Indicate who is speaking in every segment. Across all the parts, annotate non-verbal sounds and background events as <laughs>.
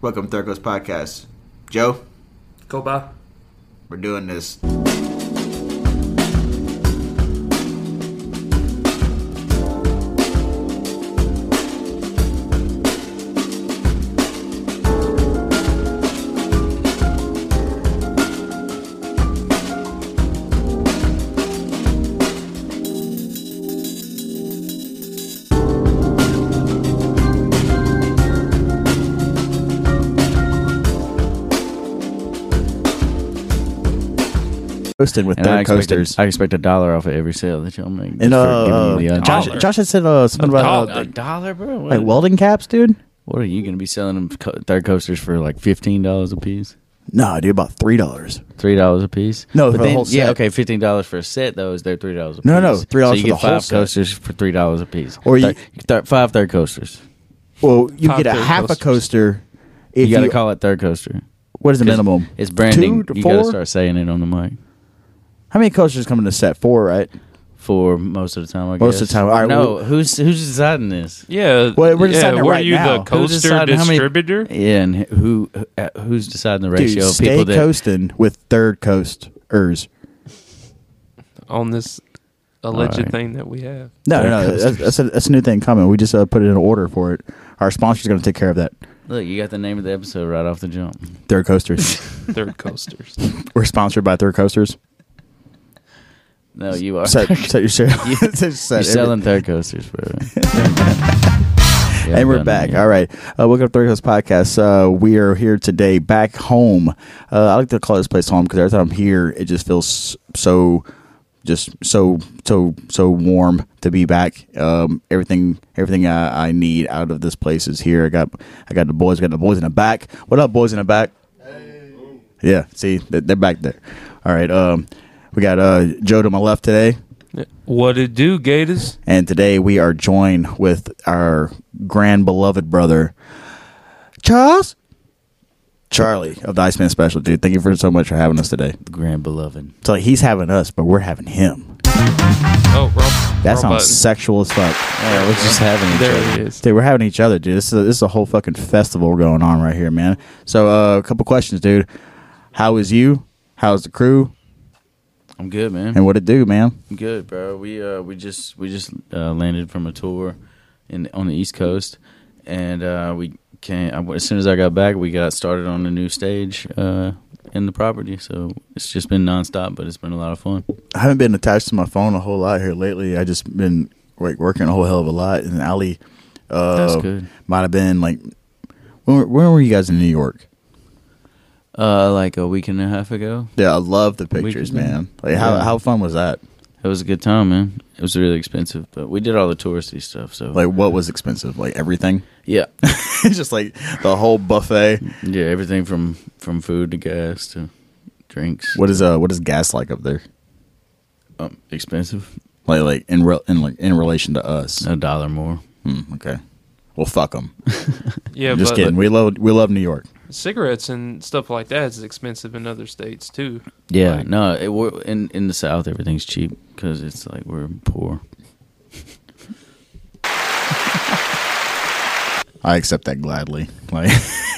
Speaker 1: Welcome to Third Coast Podcast. Joe,
Speaker 2: Koba.
Speaker 1: we're doing this.
Speaker 3: Coasting with
Speaker 4: And I
Speaker 3: third
Speaker 4: expect,
Speaker 3: coasters.
Speaker 4: a, I expect a dollar off of every sale that y'all make.
Speaker 3: and
Speaker 4: just for
Speaker 3: uh,
Speaker 4: giving me
Speaker 3: uh,
Speaker 4: a
Speaker 3: Josh,
Speaker 4: dollar.
Speaker 3: Josh had said uh, something about
Speaker 4: Dollar-
Speaker 3: uh,
Speaker 4: a dollar, bro. What,
Speaker 3: like welding caps, dude.
Speaker 4: what are you going to be selling them co- third coasters for like fifteen dollars a piece,
Speaker 3: No, dude, about three dollars.
Speaker 4: three dollars a piece?
Speaker 3: No, for the whole
Speaker 4: yeah,
Speaker 3: set.
Speaker 4: okay, fifteen dollars for a set though. Is there three dollars?
Speaker 3: No, no, no, $3
Speaker 4: So you
Speaker 3: for
Speaker 4: get
Speaker 3: the whole
Speaker 4: five
Speaker 3: set.
Speaker 4: coasters for three dollars a piece,
Speaker 3: Or you-
Speaker 4: Thir- thir- five third coasters.
Speaker 3: Well, you
Speaker 2: Five
Speaker 3: get a
Speaker 2: third
Speaker 3: half a
Speaker 2: coasters.
Speaker 3: coaster.
Speaker 4: You
Speaker 3: If
Speaker 4: got to call it third coaster.
Speaker 3: what is the minimum?
Speaker 4: It's branding.
Speaker 3: Two to
Speaker 4: You got to
Speaker 3: four.
Speaker 4: start saying it on the mic.
Speaker 3: How many coasters come in a set? Four, right?
Speaker 4: For most of the time, I guess.
Speaker 3: Most of the time. All right,
Speaker 4: no,
Speaker 3: well-
Speaker 4: who's who's deciding this?
Speaker 2: Yeah.
Speaker 3: Well, we're
Speaker 2: yeah,
Speaker 3: deciding it
Speaker 2: were
Speaker 3: right
Speaker 2: you
Speaker 3: now.
Speaker 2: the
Speaker 3: Who
Speaker 2: coaster
Speaker 4: decided how many-
Speaker 2: distributor?
Speaker 4: Yeah, and who uh, who's deciding the ratio
Speaker 3: Dude,
Speaker 4: of people
Speaker 3: stay
Speaker 4: that
Speaker 3: coasting with third coasters.
Speaker 2: on this alleged
Speaker 4: Alright.
Speaker 2: thing that we have.
Speaker 3: No, no,
Speaker 4: Third
Speaker 3: no, that's,
Speaker 4: coasters.
Speaker 3: that's, a, that's a new thing coming. We just uh, put it in order for it. Our sponsor's going to take care of that.
Speaker 4: Look, you got the name of the episode right off the jump.
Speaker 3: Third
Speaker 4: <laughs>
Speaker 3: coasters.
Speaker 2: Third coasters.
Speaker 3: We're sponsored by third coasters.
Speaker 4: No, you are.
Speaker 3: Set, set
Speaker 4: <laughs>
Speaker 3: your sale. <laughs>
Speaker 4: You-
Speaker 3: Set your
Speaker 4: You're
Speaker 3: set.
Speaker 4: selling third coasters,
Speaker 3: <laughs>
Speaker 4: bro.
Speaker 3: and we're back. All right. Uh, welcome to Third Coast Podcast. Uh, we are here today back home. Uh, I like to call this place home because every time I'm here, it just feels so, just so, so, so warm to be back. Um, everything, everything I, I need out of this place is here. I got, I got the boys. I got the boys in the back. What up, boys in the back? Yeah. See, they- they're back there. All right. Um, we got uh, Joe to my left today.
Speaker 2: what it do, Gators?
Speaker 3: And today we are joined with our grand beloved brother, Charles. Charlie of the Iceman Special, dude. Thank you for so much for having us today.
Speaker 4: Grand beloved.
Speaker 3: So like, he's having us, but we're having him.
Speaker 2: Oh,
Speaker 3: That
Speaker 2: wrong. wrong
Speaker 3: sounds
Speaker 2: button.
Speaker 3: sexual as fuck.
Speaker 4: Yeah, we're just having each
Speaker 2: There it
Speaker 4: other.
Speaker 2: is.
Speaker 3: Dude, we're having each other, dude. This is a, this is a whole fucking festival going on right here, man. So uh, a couple questions, dude. How is you? How's the crew?
Speaker 4: I'm good, man.
Speaker 3: And what it do, man?
Speaker 4: I'm good, bro. We uh we just we just uh, landed from a tour in on the East Coast, and uh, we came I, as soon as I got back. We got started on a new stage uh, in the property, so it's just been nonstop, but it's been a lot of fun.
Speaker 3: I haven't been attached to my phone a whole lot here lately. I just been like working a whole hell of a lot. And Ali, uh,
Speaker 4: That's good.
Speaker 3: Might have been like, when were, when were you guys in New York?
Speaker 4: Uh, like a week and a half ago,
Speaker 3: Yeah, I love the
Speaker 4: We
Speaker 3: pictures,
Speaker 4: could-
Speaker 3: man. Like how
Speaker 4: Yeah.
Speaker 3: how fun was that?
Speaker 4: it was a good time, man. It was really expensive, but we did all the touristy stuff. So
Speaker 3: Like what was expensive? Like everything, <laughs>
Speaker 4: yeah, <laughs>
Speaker 3: just like the whole buffet.
Speaker 4: yeah, everything from from food to gas to drinks.
Speaker 3: What is uh what is gas like up there?
Speaker 4: Um, expensive?
Speaker 3: Like like in re- in like in relation to us?
Speaker 4: A dollar more.
Speaker 3: Hmm, okay, well fuck them.
Speaker 2: Yeah,
Speaker 3: just
Speaker 2: but
Speaker 3: kidding. we love we love New York.
Speaker 2: cigarettes and stuff like that is expensive in other states too.
Speaker 4: Yeah,
Speaker 2: Like-
Speaker 4: no. It, we're, in in the South, everything's cheap because it's like we're poor.
Speaker 3: I accept that gladly. <laughs> Like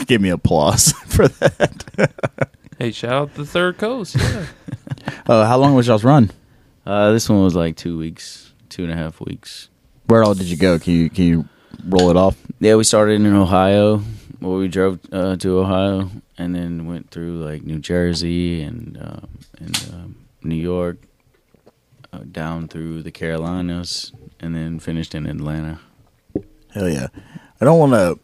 Speaker 3: give me applause <laughs> for that.
Speaker 2: Hey, shout out the third coast.
Speaker 3: <laughs>
Speaker 2: Yeah.
Speaker 3: Uh, how long was y'all's run?
Speaker 4: Uh, this one was like two weeks, two and a half weeks.
Speaker 3: Where all did you go? Can you can you roll it off?
Speaker 4: Yeah, we started in Ohio, where we drove uh, to Ohio, and then went through like New Jersey and um, and um, New York, uh, down through the Carolinas, and then finished in Atlanta.
Speaker 3: Hell yeah! I don't want to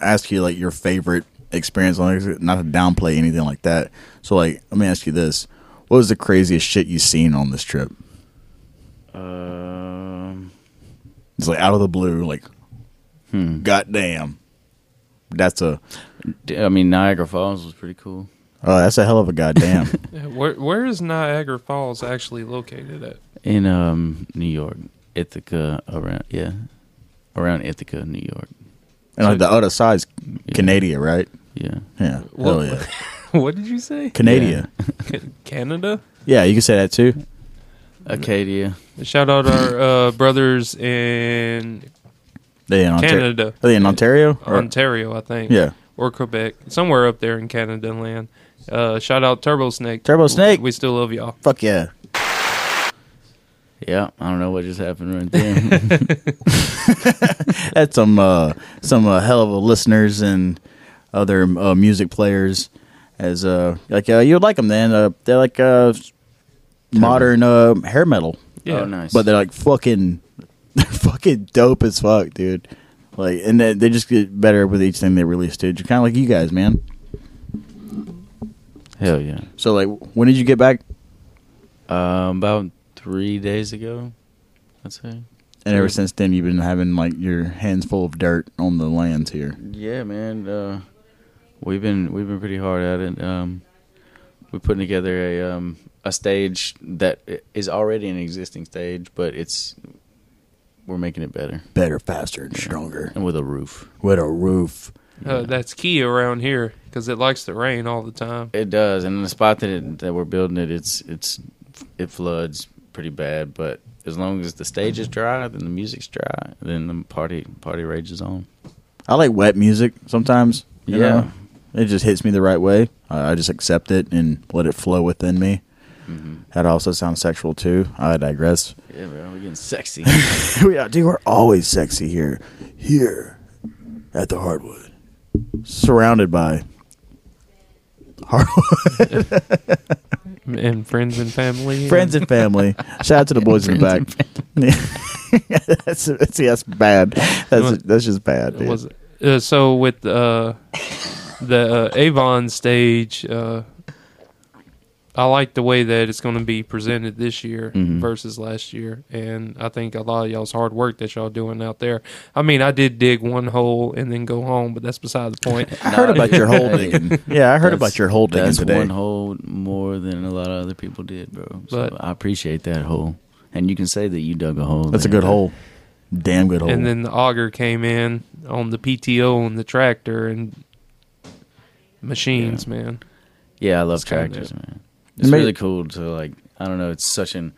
Speaker 3: ask you like your favorite experience, like, not to downplay anything like that. So like, let me ask you this: What was the craziest shit you seen on this trip?
Speaker 4: Um,
Speaker 3: It's like out of the blue, like,
Speaker 4: Hmm.
Speaker 3: goddamn, that's a
Speaker 4: d- I mean Niagara Falls was pretty cool.
Speaker 3: oh, that's a hell of a
Speaker 2: <laughs>
Speaker 3: goddamn.
Speaker 2: Yeah, where where is Niagara Falls actually located at? <laughs>
Speaker 4: in um New York, Ithaca around yeah, around Ithaca, New York.
Speaker 3: and like the other side's
Speaker 4: Yeah.
Speaker 3: Canada, right?
Speaker 4: Yeah,
Speaker 3: Yeah,
Speaker 2: Well-
Speaker 3: hell
Speaker 2: <laughs>
Speaker 3: yeah,
Speaker 2: What did you say?
Speaker 3: Canada.
Speaker 2: Ca- Canada.
Speaker 3: Yeah. you can say that too.
Speaker 4: Acadia.
Speaker 2: Shout out our uh, brothers in
Speaker 3: They in Ontario.
Speaker 2: Canada.
Speaker 3: Are they in Ontario? Or-
Speaker 2: Ontario, I think.
Speaker 3: Yeah.
Speaker 2: Or Quebec, somewhere up there in Canada land. Uh, shout out Turbo Snake.
Speaker 3: Turbo Snake.
Speaker 2: We still love y'all.
Speaker 3: Fuck yeah.
Speaker 4: Yeah, I don't know what just happened right there. <laughs>
Speaker 3: <laughs> Had some uh, some uh, hell of a listeners and other uh, music players as uh like uh, you would like them then uh, they're like uh modern uh hair metal
Speaker 4: <laughs>
Speaker 2: Yeah.
Speaker 4: Oh, nice.
Speaker 3: but they're like fucking <laughs> they're fucking dope as fuck dude like and they, they just get better with each thing they release dude you're kind of like you guys man
Speaker 4: hell yeah.
Speaker 3: so like when did you get back
Speaker 4: Um, about three days ago, I'd say.
Speaker 3: and ever since then you've been having like your hands full of dirt on the lands here
Speaker 4: Yeah, man. Uh, we've been we've been pretty hard at it. Um, we're putting together a um, a stage that i- is already an existing stage, but it's we're making it better
Speaker 3: better faster and stronger
Speaker 4: and with a roof.
Speaker 3: with a roof
Speaker 2: Uh, that's key around here because it likes to rain all the time.
Speaker 4: It does, and the spot that it, that we're building it, it's it's it floods pretty bad. But as long as the stage is dry, then the music's dry, then the party party rages on.
Speaker 3: I like wet music sometimes. you
Speaker 4: Yeah.
Speaker 3: know? It just hits me the right way. I I just accept it and let it flow within me. That also sounds sexual too. I digress.
Speaker 4: Mm-hmm. Yeah, man, we're getting sexy.
Speaker 3: <laughs> we are, dude, we're always sexy here. Here at the hardwood. Surrounded by hardwood. <laughs>
Speaker 2: And friends and family.
Speaker 3: friends and family. Shout <laughs> out to the boys in the back. <laughs> that's, that's, that's bad. That's, that's just bad. Dude.
Speaker 2: was it? Uh, so with uh, the uh, Avon stage, uh, I like the way that it's going to be presented this year
Speaker 3: Mm-hmm.
Speaker 2: versus last year, and I think a lot of y'all's hard work that y'all doing out there. I mean, I did dig one hole and then go home, but that's beside the
Speaker 3: <laughs>
Speaker 2: point.
Speaker 3: I heard about
Speaker 2: <laughs>
Speaker 3: your
Speaker 4: <laughs> Hey,
Speaker 3: holding. Yeah, I heard
Speaker 4: that's-
Speaker 3: about your holding
Speaker 4: That's
Speaker 3: today.
Speaker 4: one hole more than a lot of other people did, bro. So
Speaker 2: But-
Speaker 4: I appreciate that hole, and you can say that you dug a hole.
Speaker 3: That's a
Speaker 4: there.
Speaker 3: good hole. Damn good hole.
Speaker 2: And then the auger came in on the PTO and the tractor and machines, man.
Speaker 4: Yeah, I love
Speaker 2: kinda
Speaker 4: tractors, man.
Speaker 3: It
Speaker 4: It's
Speaker 3: made-
Speaker 4: really cool to like. I don't know. It's such an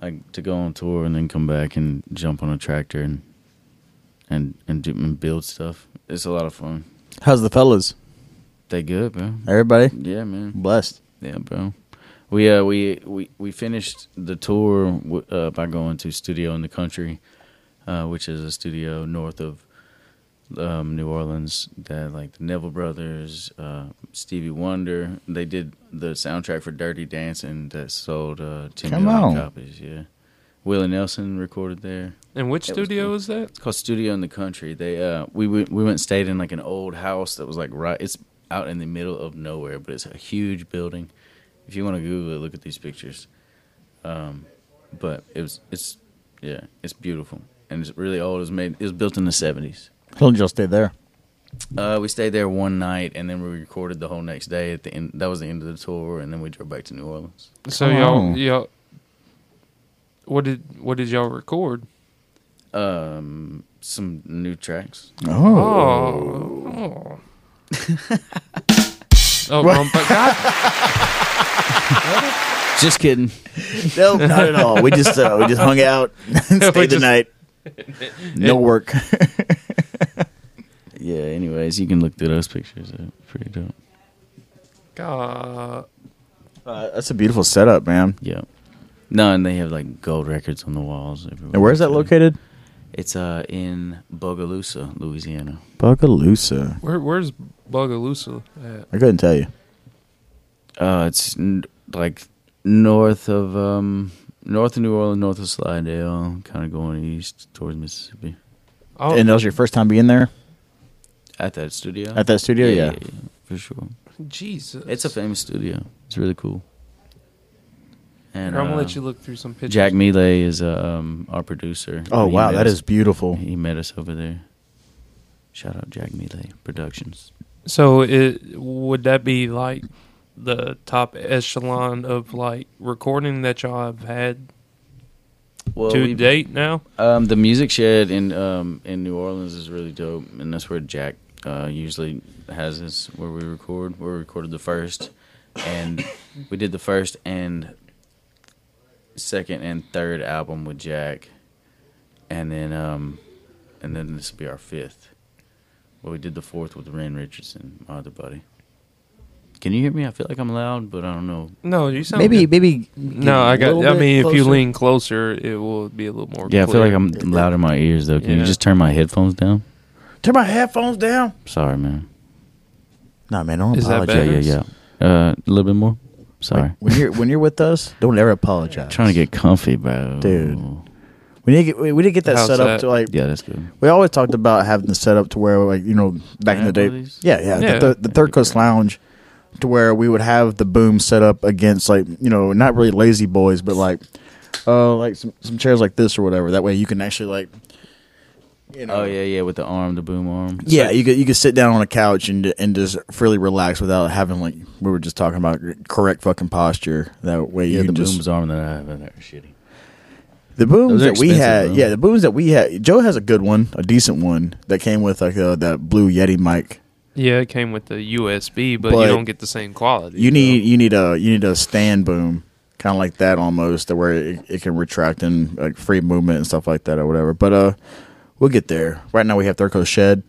Speaker 4: like to go on tour and then come back and jump on a tractor and and and do and build stuff. It's a lot of fun.
Speaker 3: How's the fellas?
Speaker 4: They good, bro.
Speaker 3: Everybody
Speaker 4: Yeah, man.
Speaker 3: blessed.
Speaker 4: Yeah, bro. We uh we we we finished the tour w- uh, by going to Studio in the Country, uh, which is a studio north of um, New Orleans that like the Neville Brothers, uh, Stevie Wonder. They did the soundtrack for Dirty Dancing that sold uh, ten
Speaker 3: Come
Speaker 4: million
Speaker 3: on.
Speaker 4: copies. Yeah, Willie Nelson recorded there.
Speaker 2: And which
Speaker 4: It was
Speaker 2: studio
Speaker 4: cool.
Speaker 2: is that?
Speaker 4: It's called Studio in the Country. They uh we went we went and stayed in like an old house that was like right it's out in the middle of nowhere, but it's a huge building. If you want to Google it, look at these pictures. Um but it was it's yeah, it's beautiful. And it's really old. It was made it was built in the seventies.
Speaker 3: How long did y'all stay there?
Speaker 4: Uh we stayed there one night and then we recorded the whole next day at the end that was the end of the tour and then we drove back to New Orleans.
Speaker 2: So
Speaker 3: Come
Speaker 2: y'all,
Speaker 4: Oh.
Speaker 3: on.
Speaker 2: y'all, what did what did y'all record?
Speaker 4: Um some new tracks.
Speaker 3: Oh,
Speaker 2: Oh. oh, wrong bu- God,
Speaker 4: Just kidding.
Speaker 3: <laughs> no, not at all. We just uh, we just hung out, <laughs>
Speaker 4: <laughs>
Speaker 3: and stayed the
Speaker 2: just-
Speaker 3: night. No work. <laughs>
Speaker 4: Yeah, anyways, you can look through those pictures. They're pretty dope.
Speaker 2: God.
Speaker 3: Uh, that's a beautiful setup, man.
Speaker 4: Yeah. No, and they have like gold records on the walls everywhere.
Speaker 3: And where's that located?
Speaker 4: It's uh in Bogalusa, Louisiana.
Speaker 3: Buckaloosa.
Speaker 2: Where, where's Bugaloosa at?
Speaker 3: I couldn't tell you.
Speaker 4: Uh, it's n- like north of um north of New Orleans, north of Slidell, kind of going east towards Mississippi.
Speaker 2: Oh,
Speaker 3: And that was your first time being there
Speaker 4: At that studio.
Speaker 3: at that studio. Yeah,
Speaker 4: for sure.
Speaker 2: Jesus.
Speaker 4: It's a famous studio. It's really cool.
Speaker 2: Here,
Speaker 4: And
Speaker 2: I'm gonna
Speaker 4: uh,
Speaker 2: let you look through some pictures.
Speaker 4: Jack Mealy is um our producer.
Speaker 3: Oh
Speaker 4: He
Speaker 3: wow,
Speaker 4: met
Speaker 3: that
Speaker 4: us-
Speaker 3: is beautiful.
Speaker 4: He met us over there. Shout out Jack Mealy Productions.
Speaker 2: So, it would that be like the top echelon of like recording that y'all have had
Speaker 4: Well,
Speaker 2: to
Speaker 4: we-
Speaker 2: date now?
Speaker 4: Um, the music shed in um, in New Orleans is really dope, and that's where Jack uh, usually has us where we record. Where we recorded the first,
Speaker 2: <coughs>
Speaker 4: and we did the first and second and third album with Jack, and then um, and then this will be our fifth. Well, we did the fourth with Ren Richardson, my other buddy. Can you hear me? I feel like I'm loud, but I don't know.
Speaker 2: No, you sound
Speaker 3: Maybe,
Speaker 2: good.
Speaker 3: maybe.
Speaker 2: No, I got.
Speaker 3: little
Speaker 2: I
Speaker 3: bit
Speaker 2: mean, if you
Speaker 3: closer.
Speaker 2: lean closer, it will be a little more.
Speaker 4: Yeah, I feel
Speaker 2: clear.
Speaker 4: like I'm loud in my ears though. Can
Speaker 2: Yeah.
Speaker 4: you just turn my headphones down?
Speaker 3: Turn my headphones down.
Speaker 4: Sorry, man.
Speaker 3: Nah, man, don't
Speaker 2: Is that
Speaker 3: apologize.
Speaker 4: Yeah,
Speaker 2: better?
Speaker 4: yeah, yeah. Uh, a little bit more. Sorry.
Speaker 3: When, when you're when you're with us, don't ever apologize.
Speaker 4: <laughs> Trying to get comfy, bro.
Speaker 3: Dude. we didn't get we, we didn't get that
Speaker 2: How's
Speaker 3: set up
Speaker 2: that?
Speaker 3: to like
Speaker 4: Yeah, that's good.
Speaker 3: we always talked about having the set up to where like you know back in the day.
Speaker 4: Families?
Speaker 3: Yeah, yeah.
Speaker 2: Yeah.
Speaker 3: The, the Third Coast Lounge to where we would have the boom set up against like you know not really lazy boys but like uh like some, some chairs like this or whatever. That way you can actually like you know
Speaker 4: Oh yeah, yeah. With the arm, the boom arm.
Speaker 3: Yeah, you could you could sit down on a couch and and just freely relax without having like we were just talking about correct fucking posture. That way you
Speaker 4: Yeah, the
Speaker 3: can just
Speaker 4: booms arm that I have in there. Shitty.
Speaker 3: the booms
Speaker 4: Those are
Speaker 3: that we had.
Speaker 4: expensive, though.
Speaker 3: Yeah, the booms that we had. Joe has a good one, a decent one that came with like uh, that blue Yeti mic.
Speaker 2: Yeah, it came with the USB, but,
Speaker 3: But
Speaker 2: you don't get the same quality.
Speaker 3: You
Speaker 2: though.
Speaker 3: need you need a you need a stand boom, kind of like that almost, to where it, it can retract and like free movement and stuff like that or whatever. But uh, we'll get there. Right now we have Thurco Shed.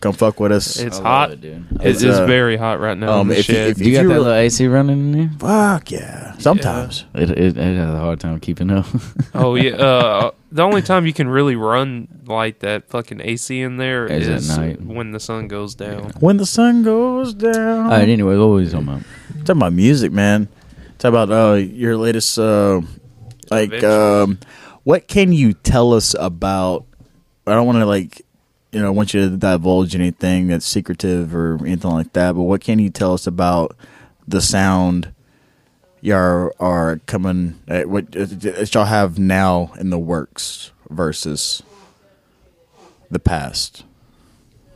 Speaker 3: Come fuck with us.
Speaker 2: It's
Speaker 4: I love
Speaker 2: hot.
Speaker 4: it, dude. I
Speaker 2: It's,
Speaker 3: love
Speaker 2: it's
Speaker 3: it.
Speaker 2: very hot right now.
Speaker 3: uh, Um,
Speaker 2: in the
Speaker 3: if you-
Speaker 2: shed.
Speaker 3: if
Speaker 4: You got
Speaker 3: you
Speaker 4: that
Speaker 3: were-
Speaker 4: little AC running in there?
Speaker 3: Fuck yeah. Sometimes.
Speaker 4: It, it, it has a hard time keeping up. <laughs>
Speaker 3: <laughs>
Speaker 2: oh yeah. Uh, the only time you can really run like that fucking AC in there
Speaker 4: Is
Speaker 2: is,
Speaker 4: at night.
Speaker 2: when the sun goes down.
Speaker 3: When the sun goes down.
Speaker 4: All right. Anyway, what were we talking about?
Speaker 3: Talk about music, man. Talk about uh, your latest, uh, like, um, what can you tell us about? I don't want to like, you know, I want you to divulge anything that's secretive or anything like that. But what can you tell us about the sound y'all are coming? Uh, what uh, that y'all have now in the works versus the past?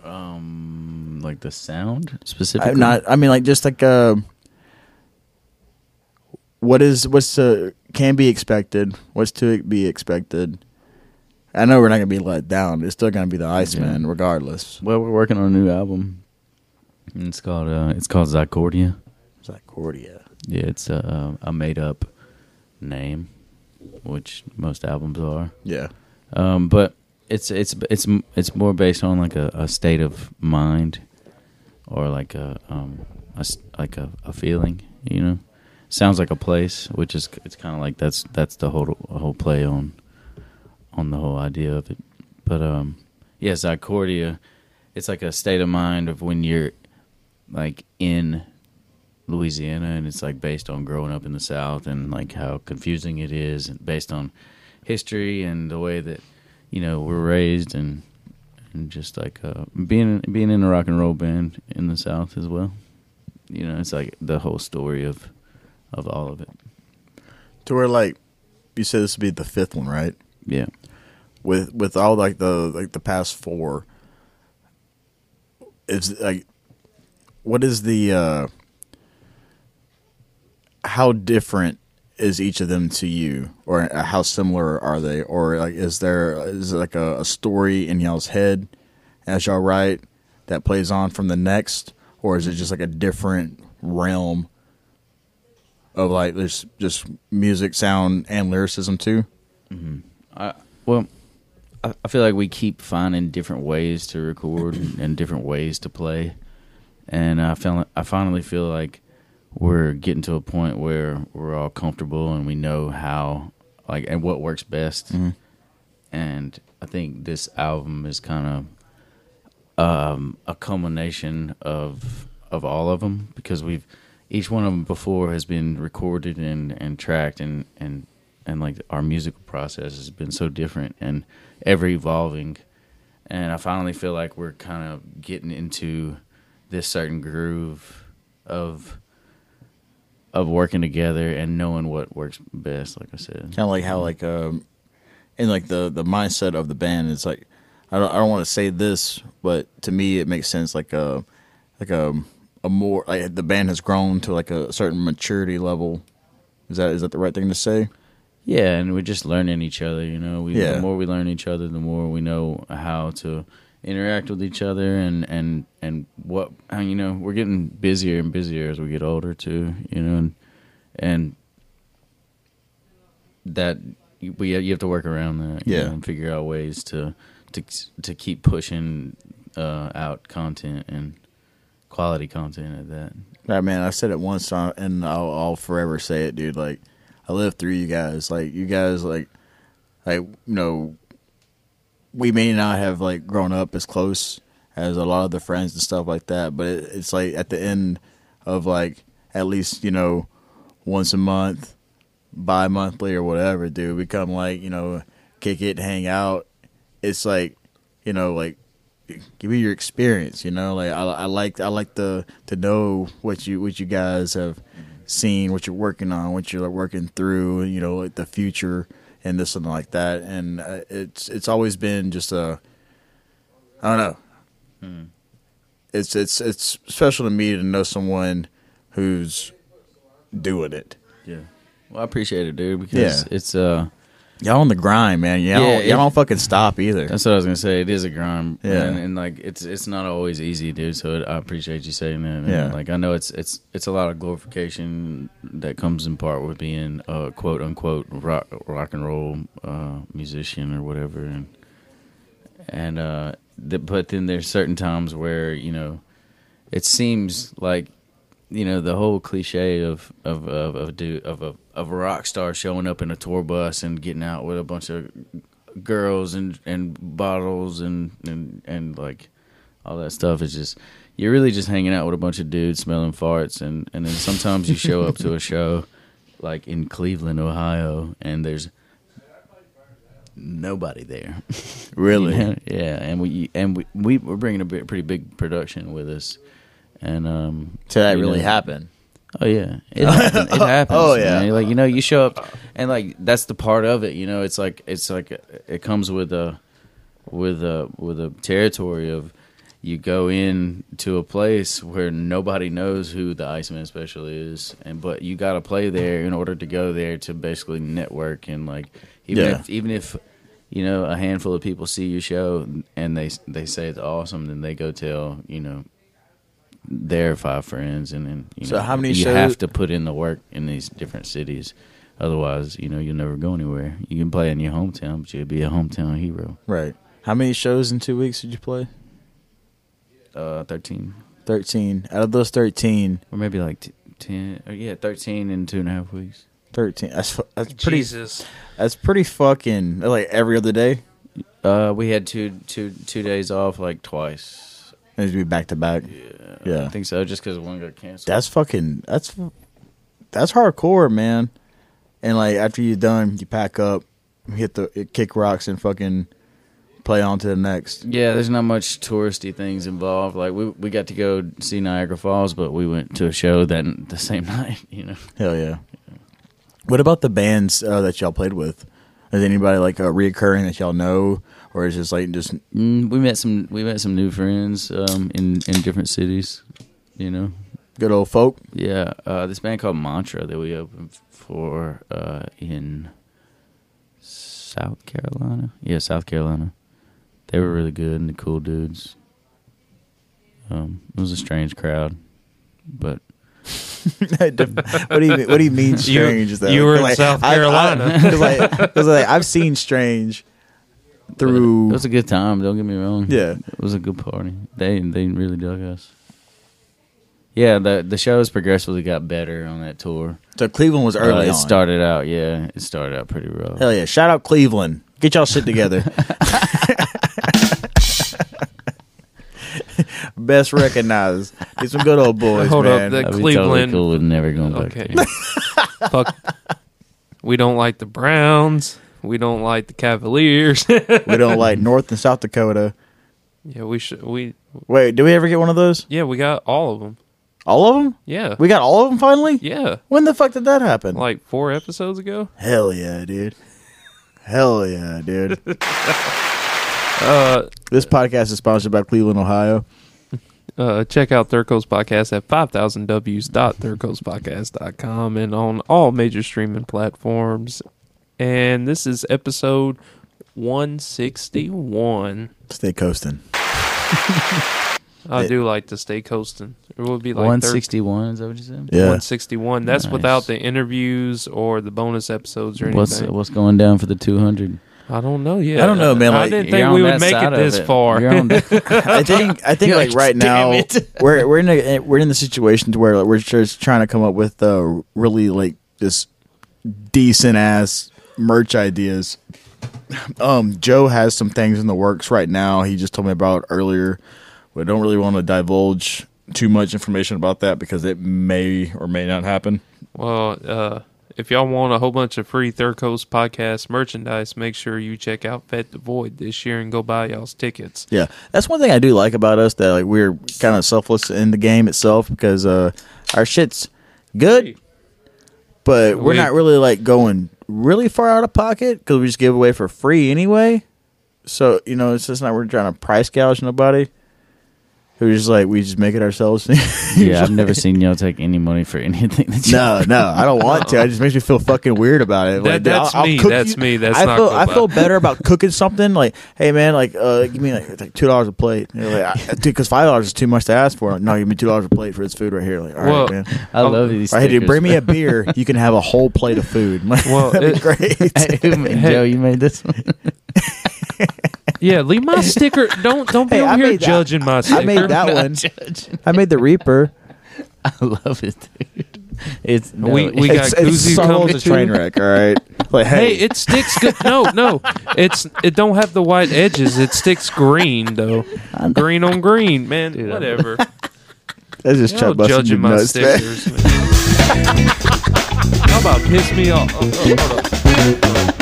Speaker 4: Um, like the sound specifically.
Speaker 3: I'm not. I mean, like just like uh, what is what's uh, can be expected? What's to be expected? I know we're not gonna be let down. It's still gonna be the Iceman, regardless.
Speaker 4: Well, we're working on a new album. And It's called uh, it's called Zycordia.
Speaker 3: It's like Cordia.
Speaker 4: Yeah, it's a, a made up name, which most albums are.
Speaker 3: Yeah.
Speaker 4: Um, but it's it's it's it's more based on like a, a state of mind, or like a um a s like a, a feeling. You know, sounds like a place, which is it's kind of like that's that's the whole whole play on on the whole idea of it. But um, yeah, Zycordia, it's like a state of mind of when you're like in Louisiana, and it's like based on growing up in the South and like how confusing it is, and based on history and the way that you know we're raised, and and just like uh, being being in a rock and roll band in the South as well. You know, it's like the whole story of of all of it.
Speaker 3: To where like you said, this would be the fifth one, right?
Speaker 4: Yeah.
Speaker 3: With with all like the like the past four. Is like, what is the uh, how different is each of them to you or uh, how similar are they or like is there is there like a, a story in y'all's head as y'all write that plays on from the next or is it just like a different realm of like there's just music sound and lyricism too
Speaker 4: Well, I, I feel like we keep finding different ways to record and different ways to play, and I feel I finally feel like we're getting to a point where we're all comfortable and we know how like and what works best. And I think this album is kind of a culmination of of all of them because we've each one of them before has been recorded and and tracked and and and like our musical process has been so different and ever evolving and i finally feel like we're kind of getting into this certain groove of of working together and knowing what works best like i said
Speaker 3: kind of like how like um in like the the mindset of the band is like i don't, I don't want to say this but to me it makes sense like a like a a more like the band has grown to like a certain maturity level is that is that the right thing to say
Speaker 4: Yeah, and we're just learning each other. You know, we
Speaker 3: Yeah.
Speaker 4: the more we learn each other, the more we know how to interact with each other, and and and what and, you know, we're getting busier and busier as we get older too. You know, and and that we you have to work around that. you
Speaker 3: Yeah.
Speaker 4: know, and figure out ways to to to keep pushing uh, out content and quality content at that.
Speaker 3: Right, man. I said it once, uh, and I'll, I'll forever say it, dude. Like, I lived through you guys. Like, you guys, like, like you know, we may not have like grown up as close as a lot of the friends and stuff like that, but it, it's like at the end of like at least you know once a month, bi-monthly or whatever, dude. We come like you know, kick it, hang out. It's like you know, like give me your experience. You know, like I, I like I like to to know what you what you guys have seen, what you're working on, what you're working through. You know, like the future and this and like that. And uh, it's it's always been just a I don't know. Hmm. It's it's it's special to me to know someone who's doing it.
Speaker 4: Yeah. Well, I appreciate it, dude, because
Speaker 3: Yeah.
Speaker 4: it's uh
Speaker 3: Y'all on the grind, man. Y'all,
Speaker 4: Yeah,
Speaker 3: y'all don't
Speaker 4: it-
Speaker 3: fucking stop either.
Speaker 4: that's what I was gonna say. It is a grind,
Speaker 3: Yeah.
Speaker 4: and, and like it's it's not always easy, dude. So it, I appreciate you saying that. And,
Speaker 3: Yeah.
Speaker 4: like I know it's it's it's a lot of glorification that comes in part with being a quote unquote rock rock and roll uh, musician or whatever, and and uh, th- but then there's certain times where you know it seems like you know the whole cliche of of of of, dude, of a of a rock star showing up in a tour bus and getting out with a bunch of girls and and bottles and and and like all that stuff is just you're really just hanging out with a bunch of dudes smelling farts and and then sometimes you show up to a show like in Cleveland, Ohio, and there's nobody there.
Speaker 3: <laughs> Really?
Speaker 4: Yeah, <laughs> yeah, and we and we, we we're bringing a bit, pretty big production with us, and um,
Speaker 3: Did that
Speaker 4: you
Speaker 3: really
Speaker 4: know-
Speaker 3: happen?
Speaker 4: Oh yeah, it,
Speaker 3: <laughs>
Speaker 4: happen- it happens.
Speaker 3: Oh,
Speaker 4: oh
Speaker 3: yeah.
Speaker 4: yeah, like you know, you show up, and like that's the part of it. You know, it's like it's like it comes with a with a with a territory of you go in to a place where nobody knows who the Iceman Special is, and but you got to play there in order to go there to basically network and like even
Speaker 3: Yeah.
Speaker 4: if even if you know a handful of people see your show and they they say it's awesome, then they go tell you know their five friends, and then you
Speaker 3: So
Speaker 4: know,
Speaker 3: how many
Speaker 4: you
Speaker 3: shows-
Speaker 4: have to put in the work in these different cities. Otherwise, you know, you'll never go anywhere. You can play in your hometown, but you'll be a hometown hero.
Speaker 3: Right. How many shows in two weeks did you play?
Speaker 4: Uh, thirteen,
Speaker 3: Thirteen. Out of those 13,
Speaker 4: or maybe like t- ten. Or yeah, thirteen in two and a half weeks.
Speaker 3: 13 That's fu- that's pretty.
Speaker 2: Jesus.
Speaker 3: That's pretty fucking like every other day.
Speaker 4: Uh, we had two two two days off, like twice.
Speaker 3: It'd be back to back. Yeah.
Speaker 4: I think so, just because one got canceled.
Speaker 3: That's fucking. That's that's hardcore, man. And like after you're done, you pack up, hit the kick rocks, and fucking play on to the next.
Speaker 4: yeah, there's not much touristy things involved. Like we we got to go see Niagara Falls, but we went to a show that the same <laughs> night. You know.
Speaker 3: Hell yeah. What about the bands uh, that y'all played with? Is anybody like a reoccurring that y'all know, or is just like just
Speaker 4: Mm, we met some we met some new friends um, in in different cities, you know.
Speaker 3: good old folk?
Speaker 4: Yeah, uh, this band called Mantra that we opened for uh, in South Carolina. Yeah, South Carolina. They were really good and the cool dudes. Um, it was a strange crowd, but
Speaker 3: <laughs> what do you mean, what do you mean strange? though?
Speaker 2: <laughs> you were in
Speaker 3: 'Cause,
Speaker 2: South
Speaker 3: I- I-
Speaker 2: Carolina.
Speaker 3: <laughs> 'cause, like, 'cause, like, I've seen strange
Speaker 4: it
Speaker 3: through.
Speaker 4: was a good time. Don't get me wrong.
Speaker 3: <laughs> Yeah.
Speaker 4: it was a good party. They they really dug us. Yeah, the the shows progressively got better on that tour.
Speaker 3: so Cleveland was
Speaker 4: Uh,
Speaker 3: early.
Speaker 4: it
Speaker 3: on.
Speaker 4: started out, yeah. It started out pretty rough.
Speaker 3: Hell yeah! Shout out Cleveland. Get y'all shit
Speaker 4: <laughs>
Speaker 3: together. <laughs> Best recognized. These some good old boys,
Speaker 2: Hold up,
Speaker 3: man.
Speaker 2: that-
Speaker 4: I'd be
Speaker 2: Cleveland-
Speaker 4: Totally cool with never going back.
Speaker 2: Okay.
Speaker 4: <laughs> there.
Speaker 2: Fuck. We don't like the Browns. We don't like the Cavaliers. <laughs>
Speaker 3: we don't like North and South Dakota.
Speaker 2: yeah, we should. We
Speaker 3: Wait, did we ever get one of those?
Speaker 2: yeah, we got all of them.
Speaker 3: All of them?
Speaker 2: Yeah,
Speaker 3: We got all of them finally.
Speaker 2: yeah,
Speaker 3: When the fuck did that happen?
Speaker 2: like four episodes ago.
Speaker 3: Hell yeah, dude. Hell yeah, dude.
Speaker 2: Uh,
Speaker 3: This podcast is sponsored by Cleveland, Ohio.
Speaker 2: Uh, check out Thurco's podcast at 5000ws.thurcospodcast.com and on all major streaming platforms. And this is episode 161.
Speaker 3: Stay coasting.
Speaker 2: I do like to stay coasting. It would be like
Speaker 4: One
Speaker 2: 160.
Speaker 4: sixty one. Is that what you said?
Speaker 3: Yeah.
Speaker 2: 161. That's
Speaker 4: Nice.
Speaker 2: without the interviews or the bonus episodes or anything.
Speaker 4: What's what's going down for the two hundred?
Speaker 2: I don't know yet.
Speaker 3: I don't know, man,
Speaker 2: I
Speaker 3: like,
Speaker 2: didn't
Speaker 4: You're
Speaker 2: think
Speaker 4: on
Speaker 2: we
Speaker 4: that
Speaker 2: would make
Speaker 4: side
Speaker 2: it
Speaker 4: of
Speaker 2: this far.
Speaker 4: You're on the-
Speaker 2: <laughs>
Speaker 3: I think I think
Speaker 4: You're
Speaker 3: like,
Speaker 4: like,
Speaker 3: right
Speaker 4: <laughs>
Speaker 3: now
Speaker 4: "Damn it."
Speaker 3: we're we're in a, we're in the situation to where like, we're just trying to come up with uh, really like this decent ass merch ideas. Um, Joe has some things in the works right now. He just told me about earlier. We don't really want to divulge too much information about that because it may or may not happen.
Speaker 2: Well, uh, if y'all want a whole bunch of free Third Coast podcast merchandise, make sure you check out Vet the Void this year and go buy y'all's tickets.
Speaker 3: Yeah, that's one thing I do like about us that like we're kind of selfless in the game itself because uh, our shit's good, but we're
Speaker 2: We-
Speaker 3: not really like going really far out of pocket because we just give away for free anyway. So you know, it's just not we're trying to price gouge nobody. Who's just like we just make it ourselves. <laughs>
Speaker 4: yeah, I've never seen y'all take any money for anything. That
Speaker 3: <laughs>
Speaker 4: you
Speaker 3: No,
Speaker 4: <laughs>
Speaker 3: no, I don't want to. It just makes me feel fucking weird about it.
Speaker 2: That-
Speaker 3: dude,
Speaker 2: that's me, that's me, that's
Speaker 3: I
Speaker 2: not
Speaker 3: feel,
Speaker 2: cool,
Speaker 3: I
Speaker 2: bud.
Speaker 3: feel better
Speaker 2: <laughs>
Speaker 3: about cooking something. Like, hey man, like, uh, give me like, like two dollars a plate. And you're like, I, dude, because five dollars is too much to ask for. Like, no, give me two dollars a plate for this food right here. Like, all right,
Speaker 2: Well- <laughs>
Speaker 3: man.
Speaker 4: I
Speaker 2: Um,
Speaker 4: love these.
Speaker 3: All right, dude,
Speaker 4: stickers,
Speaker 3: bring me
Speaker 4: <laughs> bro.
Speaker 3: a beer. You can have a whole plate of food. <laughs>
Speaker 2: Well,
Speaker 3: that'd be
Speaker 2: it- <laughs>
Speaker 3: great.
Speaker 4: <laughs> Hey, Joe, you made this one.
Speaker 2: Yeah, leave my sticker. Don't don't be
Speaker 3: Hey,
Speaker 2: over
Speaker 3: I
Speaker 2: here
Speaker 3: made that-
Speaker 2: judging my sticker.
Speaker 3: I made
Speaker 2: <laughs>
Speaker 3: that one.
Speaker 4: Judge.
Speaker 3: I made the Reaper.
Speaker 4: <laughs> I love it, dude. It's no,
Speaker 2: We- we
Speaker 4: it's-
Speaker 2: got
Speaker 3: it's it's
Speaker 2: Goosey
Speaker 3: subtle
Speaker 2: coming
Speaker 3: as a train
Speaker 2: too.
Speaker 3: wreck. All
Speaker 2: <laughs>
Speaker 3: right. Like,
Speaker 2: Hey,
Speaker 3: hey,
Speaker 2: it sticks good. No, no, it's it don't have the white edges. It sticks green though. Green on green, man.
Speaker 4: Dude, I- <laughs>
Speaker 2: <laughs> whatever.
Speaker 3: that's just
Speaker 2: Y'all
Speaker 3: Chad busting your
Speaker 2: judging my
Speaker 3: nuts, man.
Speaker 2: stickers. man. y'all about to piss me off. Oh, oh, hold up.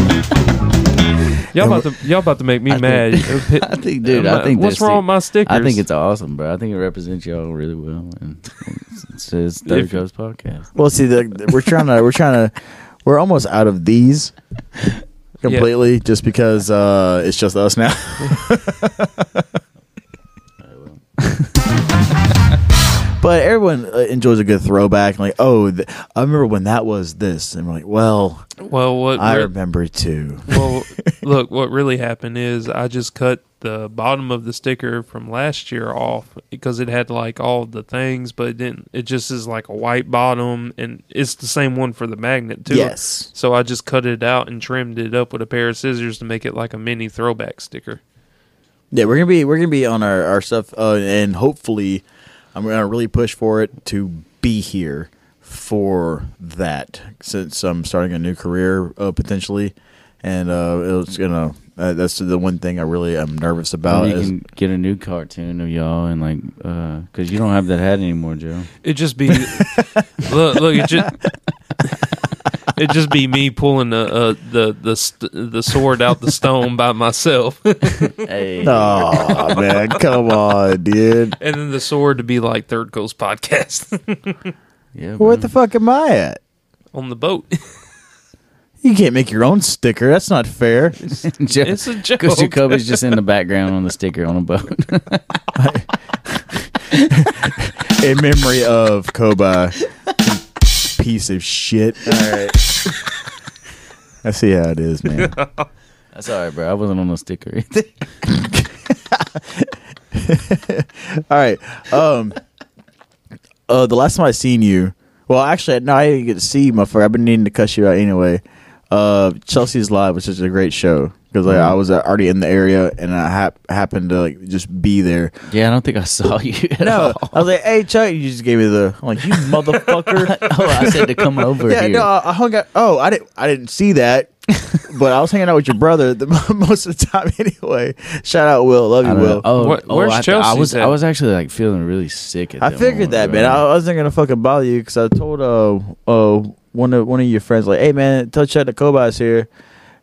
Speaker 2: Y'all about to y'all about to make me
Speaker 4: I
Speaker 2: mad.
Speaker 4: think- <laughs> I think, dude. I think
Speaker 2: what's
Speaker 4: they're
Speaker 2: wrong
Speaker 4: sick.
Speaker 2: with my stickers?
Speaker 4: I think it's awesome, bro. I think it represents y'all really well, and it says Third
Speaker 2: If-
Speaker 4: Coast Podcast. <laughs>
Speaker 3: Well, see, the, we're trying to we're trying to we're almost out of these completely, just because uh, it's just us now. <laughs> but everyone uh, enjoys a good throwback, like oh, th- I remember when that was this, and we're like, well,
Speaker 2: well, what
Speaker 3: I
Speaker 2: we're-
Speaker 3: remember too. <laughs>
Speaker 2: well, look, what really happened is I just cut the bottom of the sticker from last year off because it had like all the things, but it didn't. It just is like a white bottom, and it's the same one for the magnet too.
Speaker 3: Yes.
Speaker 2: So I just cut it out and trimmed it up with a pair of scissors to make it like a mini throwback sticker.
Speaker 3: Yeah, we're gonna be we're gonna be on our our stuff, uh, and hopefully, I'm gonna really push for it to be here for that since I'm starting a new career uh, potentially, and uh, it's gonna uh, that's the one thing I really am nervous about.
Speaker 4: Maybe you
Speaker 3: is-
Speaker 4: can get a new cartoon of y'all, and like, because you don't have that hat anymore, Joe.
Speaker 2: It just be look, look. It just it just be me pulling the uh, the the st- the sword out the stone by myself. <laughs>
Speaker 4: Hey,
Speaker 3: <laughs> Aw, man, come on, dude.
Speaker 2: And then the sword to be like Third Coast Podcast <laughs>
Speaker 4: yeah,
Speaker 3: Where the fuck am I at?
Speaker 2: on the boat.
Speaker 3: You can't make your own sticker. That's not fair.
Speaker 4: <laughs> Joe,
Speaker 2: It's a joke.
Speaker 4: Because Jacoby's just in the background on the sticker on
Speaker 3: <laughs>
Speaker 4: a boat. <laughs>
Speaker 3: In memory of Koba, piece of shit. All right. I see how it is, man. <laughs>
Speaker 4: That's all right, bro. I wasn't on the sticker. either.
Speaker 3: All right. Um. Uh, the last time I seen you, well, actually, no, I didn't get to see you, motherfucker. I've been needing to cuss you out anyway. Uh, Chelsea's live was such a great show because like, I was uh, already in the area and I hap- happened to like just be there.
Speaker 4: yeah, I don't think I saw you. <laughs> At
Speaker 3: No,
Speaker 4: all.
Speaker 3: <laughs> I was like, "Hey, Chuck," you just gave me the. I'm like, "You
Speaker 4: <laughs>
Speaker 3: motherfucker."
Speaker 4: oh, I said to come over
Speaker 3: yeah,
Speaker 4: here.
Speaker 3: no, I I hung out. Oh, I didn't. I didn't see
Speaker 4: <laughs>
Speaker 3: that. but I was hanging out with your brother the <laughs> most of the time <laughs> anyway. Shout out, Will. Love
Speaker 4: I
Speaker 3: you,
Speaker 4: don't
Speaker 3: Will.
Speaker 4: know. Oh,
Speaker 2: What-
Speaker 4: oh,
Speaker 2: where's
Speaker 4: I, I
Speaker 2: Chelsea's
Speaker 4: was
Speaker 2: at?
Speaker 4: I was actually like feeling really sick at
Speaker 3: I
Speaker 4: that
Speaker 3: figured
Speaker 4: moment,
Speaker 3: that,
Speaker 4: bro.
Speaker 3: man. I wasn't gonna fucking bother you because I told uh uh one of one of your friends like, hey man, tell Chad the Kobai's here,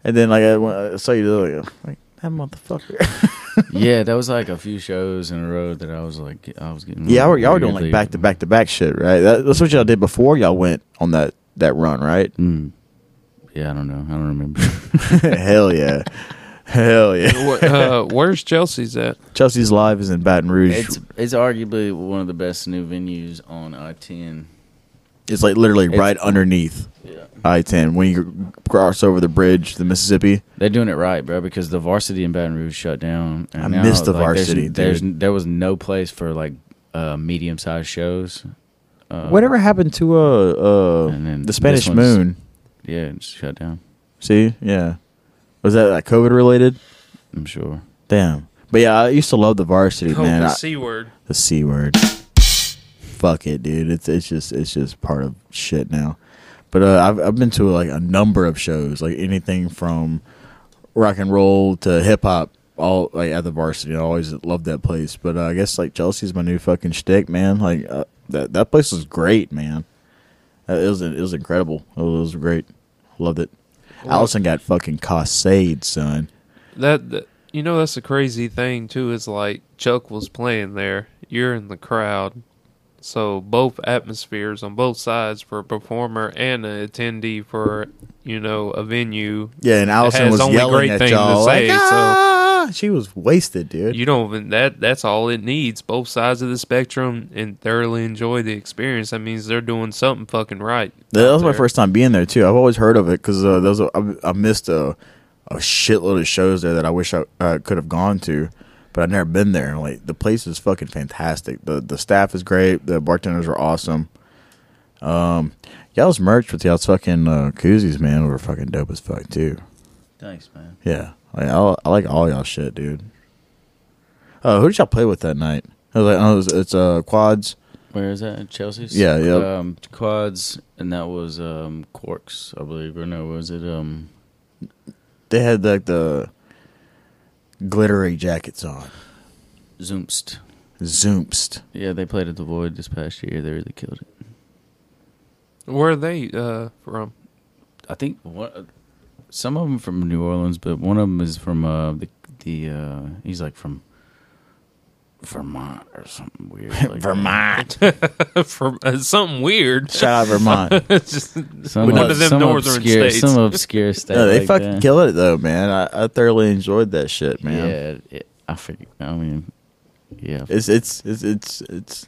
Speaker 3: and then like I, when I saw you the other day, like that motherfucker.
Speaker 4: <laughs>
Speaker 3: <laughs>
Speaker 4: yeah, that was like a few shows in a row that I was like, I was getting.
Speaker 3: yeah, y'all were, y'all were doing
Speaker 4: weirdly-
Speaker 3: like back to
Speaker 4: <laughs>
Speaker 3: back to back shit, right? That, that's what y'all did before y'all went on that that run, right? <laughs>
Speaker 4: Mm. Yeah, I don't know. I don't remember.
Speaker 3: <laughs> Hell
Speaker 4: <laughs>
Speaker 3: yeah. Hell yeah!
Speaker 2: Wh- uh, where's Chelsea's at?
Speaker 3: Chelsea's live is in Baton Rouge.
Speaker 4: it's
Speaker 3: It's,
Speaker 4: it's arguably one of the best new venues on I ten.
Speaker 3: like literally
Speaker 4: it's-
Speaker 3: right underneath
Speaker 4: Yeah,
Speaker 3: I ten when you cross over the bridge, the Mississippi.
Speaker 4: they're doing it right, bro. Because the varsity in Baton Rouge shut down. And
Speaker 3: I missed the
Speaker 4: there's-
Speaker 3: varsity,
Speaker 4: There's,
Speaker 3: dude.
Speaker 4: there was no place for like uh, medium sized shows. Uh,
Speaker 3: Whatever happened to uh uh
Speaker 4: And then
Speaker 3: the
Speaker 4: this
Speaker 3: Spanish
Speaker 4: one's-
Speaker 3: Moon?
Speaker 4: Yeah, it's shut down.
Speaker 3: See, yeah. Was that like COVID related?
Speaker 4: I'm sure.
Speaker 3: Damn. But yeah, I used to love the varsity,
Speaker 2: Oh,
Speaker 3: man.
Speaker 2: the
Speaker 3: I-
Speaker 2: c word.
Speaker 3: the c word. Fuck it, dude. It's it's just it's just part of shit now. But uh, I've I've been to like a number of shows, like anything from rock and roll to hip hop. All like at the varsity, I always loved that place. But uh, I guess like Chelsea's my new fucking shtick, man. Like uh, that that place was great, man. Uh, It was it was incredible. It was great. Loved it. Allison got fucking Cossade, son.
Speaker 2: That, that you know that's a crazy thing too. Is like Chuck was playing there. You're in the crowd, so both atmospheres on both sides for a performer and an attendee for you know a venue.
Speaker 3: Yeah, and Allison
Speaker 2: has
Speaker 3: was
Speaker 2: only
Speaker 3: yelling
Speaker 2: great
Speaker 3: at
Speaker 2: things to
Speaker 3: y'all.
Speaker 2: say,
Speaker 3: like,
Speaker 2: so-
Speaker 3: ah! She was wasted, dude.
Speaker 2: You don't even that. That's all it needs. Both sides of the spectrum and thoroughly enjoy the experience. That means they're doing something fucking right.
Speaker 3: That
Speaker 2: out
Speaker 3: was my
Speaker 2: there.
Speaker 3: first time being there too. I've always heard of it because uh, those I, I missed a, a shitload of shows there that I wish I uh, could have gone to, but I've never been there. Like the place is fucking fantastic. the The staff is great. The bartenders are awesome. Um, y'all's merch with y'all's fucking uh, koozies, man, were fucking dope as fuck too.
Speaker 4: Thanks, man.
Speaker 3: Yeah, like, I, I like all y'all shit, dude. Uh, who did y'all play with that night? I was like, oh, it's, it's uh, quads.
Speaker 4: Where is that? Chelsea's.
Speaker 3: Yeah, yep.
Speaker 4: Um, quads, and that was um, Quarks, I believe, or no? Was it um?
Speaker 3: They had like the glittery jackets on.
Speaker 4: Zoomst.
Speaker 3: Zoomst.
Speaker 4: Yeah, they played at the Void this past year. They really killed it.
Speaker 2: Where are they uh, from?
Speaker 4: I think one, some of them from New Orleans, but one of them is from uh, the the uh, he's like from Vermont or
Speaker 3: <laughs>
Speaker 4: something weird. Like that.
Speaker 3: Vermont.
Speaker 2: from uh, something
Speaker 3: <laughs>
Speaker 2: weird.
Speaker 3: Shout out <laughs>
Speaker 2: <laughs>
Speaker 3: Vermont.
Speaker 2: Just-
Speaker 4: Some
Speaker 2: <laughs> One
Speaker 4: ob-
Speaker 2: of them
Speaker 4: some
Speaker 2: northern
Speaker 4: obscure,
Speaker 2: states.
Speaker 4: Some
Speaker 3: <laughs>
Speaker 4: obscure state.
Speaker 3: no, they
Speaker 4: like
Speaker 3: fucking
Speaker 4: that.
Speaker 3: kill it though, man. I, I thoroughly enjoyed that shit, man.
Speaker 4: Yeah, it, I forget. I mean, yeah.
Speaker 3: It's, it's it's it's it's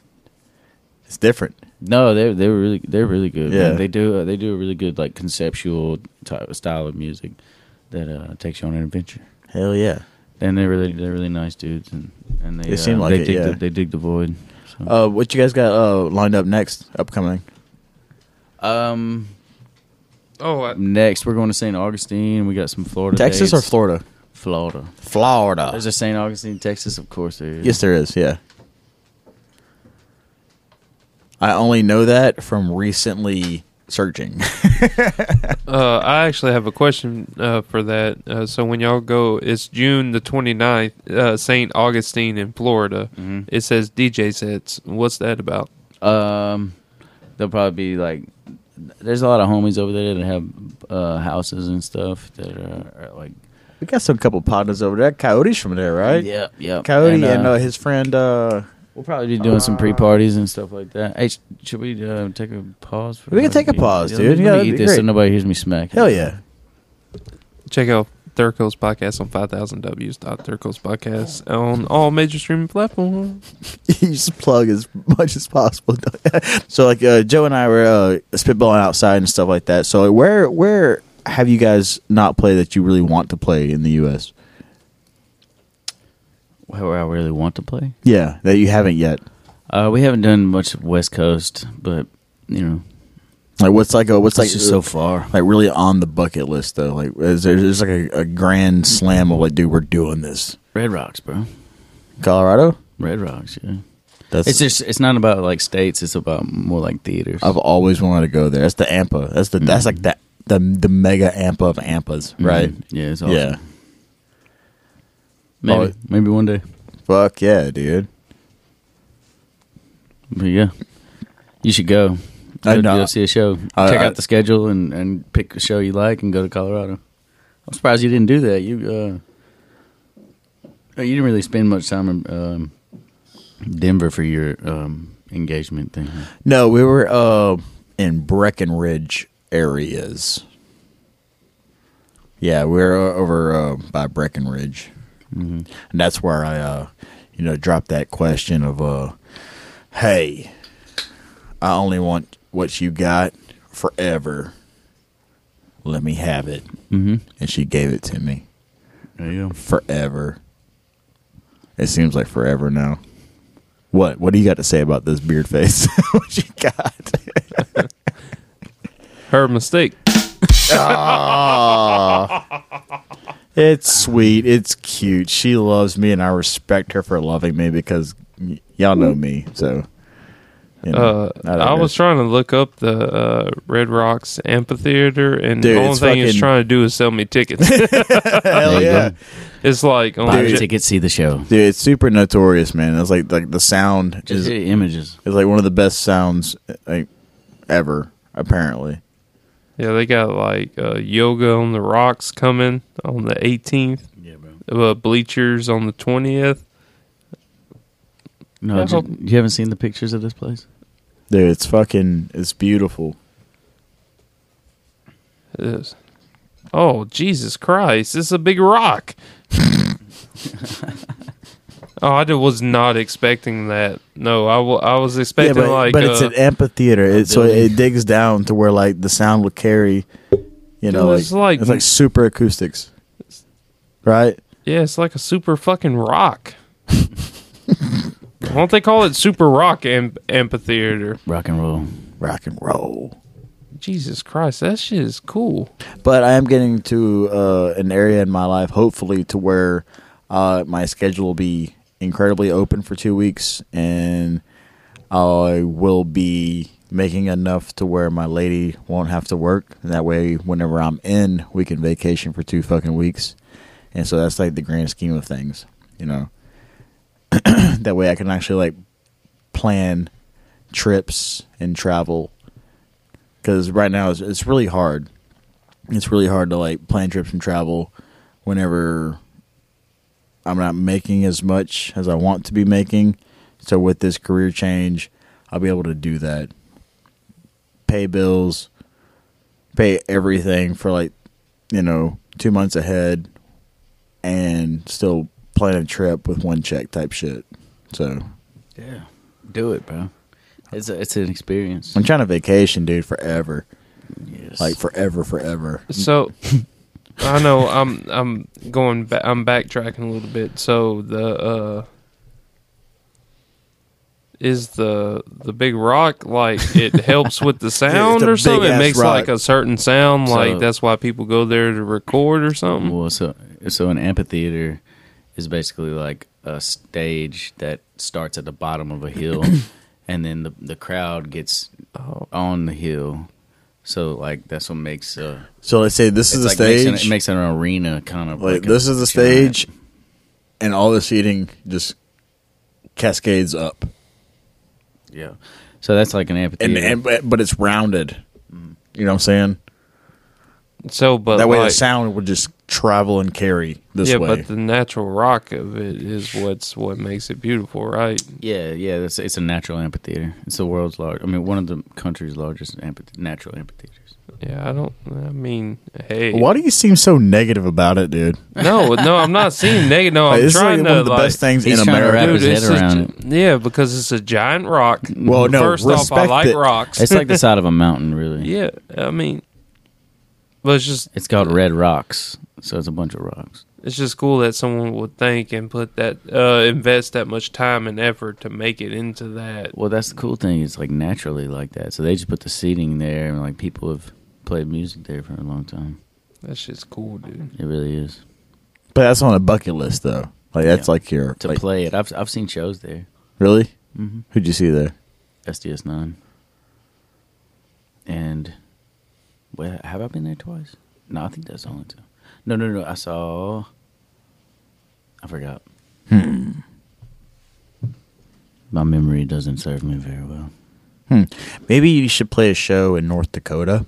Speaker 3: it's different.
Speaker 4: No, they they were really they're really good.
Speaker 3: Yeah.
Speaker 4: Yeah, they do uh, they do a really good like conceptual type of style of music that uh, takes you on an adventure.
Speaker 3: Hell yeah.
Speaker 4: And they're really they're really nice dudes, and and they
Speaker 3: They seem
Speaker 4: uh,
Speaker 3: like
Speaker 4: they
Speaker 3: it,
Speaker 4: dig
Speaker 3: yeah.
Speaker 4: the, they dig the void. So.
Speaker 3: Uh, what you guys got uh, lined up next? Upcoming.
Speaker 4: um,
Speaker 2: oh, I,
Speaker 4: next we're going to St. Augustine. We got some Florida,
Speaker 3: Texas or
Speaker 4: dates.
Speaker 3: Florida?
Speaker 4: Florida.
Speaker 3: Florida.
Speaker 4: There's a St. Augustine, Texas, of course. There is.
Speaker 3: Yes, there is. Yeah. I only know that from recently searching. <laughs>
Speaker 2: Uh, I actually have a question uh, for that. Uh, so when y'all go, it's June the 29th, uh, St. Augustine in Florida. It says DJ sets. What's that about?
Speaker 4: Um, they'll probably be like, there's a lot of homies over there that have uh, houses and stuff that are, are like,
Speaker 3: we got some couple partners over there. Coyotes from there, right?
Speaker 4: yeah, yeah.
Speaker 3: Coyote and, uh,
Speaker 4: uh,
Speaker 3: his friend. Uh,
Speaker 4: we'll probably be doing some pre parties and stuff like that. Hey, sh- should we uh, take a pause? For
Speaker 3: We can take a
Speaker 4: Yeah,
Speaker 3: pause,
Speaker 4: yeah,
Speaker 3: dude.
Speaker 4: Let me,
Speaker 3: Yeah,
Speaker 4: let me
Speaker 3: that'd be
Speaker 4: eat this so
Speaker 3: great.
Speaker 4: nobody hears me smack.
Speaker 3: hell yeah.
Speaker 2: Check out Thurco's podcast on 5000ws.thurco's podcast on all major streaming platforms.
Speaker 3: <laughs> you just plug as much as possible. <laughs> so like uh, Joe and I were uh, spitballing outside and stuff like that. So like, where where have you guys not played that you really want to play in the U.S.?
Speaker 4: Where I really want to play.
Speaker 3: Yeah, that you haven't yet.
Speaker 4: Uh, we haven't done much West Coast, but you know,
Speaker 3: Like what's like a what's
Speaker 4: it's like
Speaker 3: like
Speaker 4: just so far.
Speaker 3: like really on the bucket list though. Like is there, there's like a, a grand slam of like, dude, we're doing this.
Speaker 4: Red Rocks, bro.
Speaker 3: Colorado.
Speaker 4: Red Rocks. Yeah.
Speaker 3: That's
Speaker 4: It's just it's not about like states. It's about more like theaters.
Speaker 3: I've always wanted to go there. That's the Ampa. That's the that's like the the the mega Ampa of Ampas, right?
Speaker 4: Mhm. Yeah, it's awesome.
Speaker 3: Mm-hmm. Yeah.
Speaker 4: Maybe,
Speaker 3: Oh.
Speaker 4: maybe one day.
Speaker 3: Fuck yeah, dude.
Speaker 4: But yeah, you should go.
Speaker 3: I
Speaker 4: Go,
Speaker 3: know.
Speaker 4: go see a show.
Speaker 3: I-
Speaker 4: Check
Speaker 3: I-
Speaker 4: out the schedule and, and pick a show you like and go to Colorado. I'm surprised you didn't do that. You uh, uh, you didn't really spend much time in um, Denver for your um, engagement thing.
Speaker 3: No, we were uh, in Breckenridge areas. Yeah, we were uh, over uh, by Breckenridge, and that's where I, uh, you know, dropped that question of, uh, "Hey, I only want what you got forever. Let me have it,"
Speaker 4: Mm-hmm.
Speaker 3: and she gave it to me
Speaker 4: There you go.
Speaker 3: forever. It seems like forever now. What? What do you got to say about this beard face? <laughs> what you got?
Speaker 2: Her mistake.
Speaker 3: It's sweet. It's cute. She loves me, and I respect her for loving me because y- y'all know me. So, you
Speaker 2: Uh,
Speaker 3: don't
Speaker 2: I was
Speaker 3: know.
Speaker 2: trying to look up the uh, Red Rocks amphitheater, and
Speaker 3: Dude,
Speaker 2: the only
Speaker 3: it's
Speaker 2: thing it's
Speaker 3: fucking-
Speaker 2: trying to do is sell me tickets.
Speaker 3: hell
Speaker 4: There you
Speaker 3: yeah,
Speaker 4: go.
Speaker 2: it's like on
Speaker 4: Buy the
Speaker 2: J-
Speaker 4: ticket, see the show.
Speaker 3: dude. It's super notorious, man. It's like like the sound
Speaker 4: Just
Speaker 3: is
Speaker 4: the images.
Speaker 3: is like one of the best sounds like ever. Apparently,
Speaker 2: yeah, they got like uh, yoga on the rocks coming on the 18th,
Speaker 4: Yeah, bro.
Speaker 2: uh, bleachers on the 20th.
Speaker 4: No,
Speaker 2: I
Speaker 4: ju-
Speaker 2: hope-
Speaker 4: you haven't seen the pictures of this place.
Speaker 3: dude. It's fucking. It's beautiful.
Speaker 2: It is. Oh Jesus Christ! It's a
Speaker 3: <laughs>
Speaker 2: big rock. oh, I did- was not expecting that. No, I wa- I was expecting
Speaker 3: but,
Speaker 2: like.
Speaker 3: but
Speaker 2: uh,
Speaker 3: it's an e- amphitheater, it, so
Speaker 4: building.
Speaker 3: it digs down to where like the sound will carry. You know,
Speaker 2: Dude,
Speaker 3: like,
Speaker 2: it's like-
Speaker 3: it's like super acoustics, right?
Speaker 2: yeah, it's like a super
Speaker 3: <laughs>
Speaker 2: fucking rock. Why don't they call it Super Rock am- Amphitheater?
Speaker 4: Rock and roll.
Speaker 3: Rock and roll.
Speaker 2: Jesus Christ, that shit is cool.
Speaker 3: But I am getting to uh, an area in my life, hopefully, to where uh, my schedule will be incredibly open for two weeks, and I will be making enough to where my lady won't have to work. And that way, whenever I'm in, we can vacation for two fucking weeks. And so that's like the grand scheme of things, you know. <clears throat> that way, I can actually like plan trips and travel. Because right now, it's, it's really hard it's really hard to like plan trips and travel whenever I'm not making as much as I want to be making. So with this career change, I'll be able to do that. Pay bills, pay everything for like, you know, 2 months ahead and still plan a trip with one check type shit. So,
Speaker 4: Yeah, do it, bro. It's a, it's an experience.
Speaker 3: I'm trying to vacation, dude, forever.
Speaker 4: Yes.
Speaker 3: Like forever, forever.
Speaker 2: So I know I'm I'm going ba- I'm backtracking a little bit. So the uh is the the big rock like
Speaker 3: <laughs>
Speaker 2: it helps with the sound
Speaker 3: a
Speaker 2: or something? It
Speaker 3: big-ass
Speaker 2: makes like
Speaker 3: rock.
Speaker 2: a certain sound, like
Speaker 4: So-
Speaker 2: that's why people go there to record or something.
Speaker 4: Well, so so an amphitheater is basically like a stage that starts at the bottom of a hill, <coughs> and then the the crowd gets
Speaker 2: Oh,
Speaker 4: on the hill. So like that's what makes uh,
Speaker 3: So let's say this
Speaker 4: it's
Speaker 3: is a
Speaker 4: like
Speaker 3: stage.
Speaker 4: Makes an, it makes an arena kind of
Speaker 3: like
Speaker 4: a
Speaker 3: this is the
Speaker 4: giant-
Speaker 3: stage and all the seating just cascades up
Speaker 4: Yeah. So that's like an
Speaker 3: and,
Speaker 4: amphitheater.
Speaker 3: and but but it's rounded you know what i'm saying
Speaker 2: so but
Speaker 3: that way the
Speaker 2: like-
Speaker 3: sound would just travel and carry this
Speaker 2: yeah,
Speaker 3: way
Speaker 2: but the natural rock of it is what's what makes it beautiful, right?
Speaker 4: yeah, yeah. That's it's a natural amphitheater. It's the world's large. I mean, one of the country's largest amphithe- natural amphitheaters.
Speaker 2: Yeah, I don't. I mean, hey,
Speaker 3: why do you seem so negative about it dude
Speaker 2: No, no, I'm
Speaker 3: <laughs>
Speaker 2: not seeing negative. No,
Speaker 3: Like,
Speaker 2: I'm
Speaker 3: this is
Speaker 2: trying
Speaker 3: like
Speaker 2: to
Speaker 3: one of the
Speaker 2: like,
Speaker 3: best things
Speaker 4: He's
Speaker 3: in
Speaker 4: trying to
Speaker 3: america
Speaker 4: wrap his head
Speaker 2: it's a-
Speaker 4: around it.
Speaker 2: Yeah, because it's a giant rock.
Speaker 3: Well, no,
Speaker 2: First off, I
Speaker 3: respect
Speaker 2: like
Speaker 3: it.
Speaker 2: rocks.
Speaker 4: It's like the side of a mountain, really.
Speaker 2: yeah, I mean, but it's just
Speaker 4: It's called Red Rocks, so it's a bunch of rocks.
Speaker 2: it's just cool that someone would think and put that uh, invest that much time and effort to make it into that.
Speaker 4: Well, that's the cool thing. It's like naturally like that. So they just put the seating there, and like people have played music there for a long time.
Speaker 2: That shit's cool, dude.
Speaker 4: It really is
Speaker 3: but that's on a bucket list though like that's
Speaker 4: Yeah.
Speaker 3: like your
Speaker 4: to
Speaker 3: like,
Speaker 4: play it. I've I've seen shows there.
Speaker 3: really
Speaker 4: Mm-hmm.
Speaker 3: who'd you see there
Speaker 4: SDS nine. And well, have I been there twice? No, I think that's the only time. No, no, no. I saw. I forgot. Hmm. My memory doesn't serve me very well.
Speaker 3: maybe you should play a show in north dakota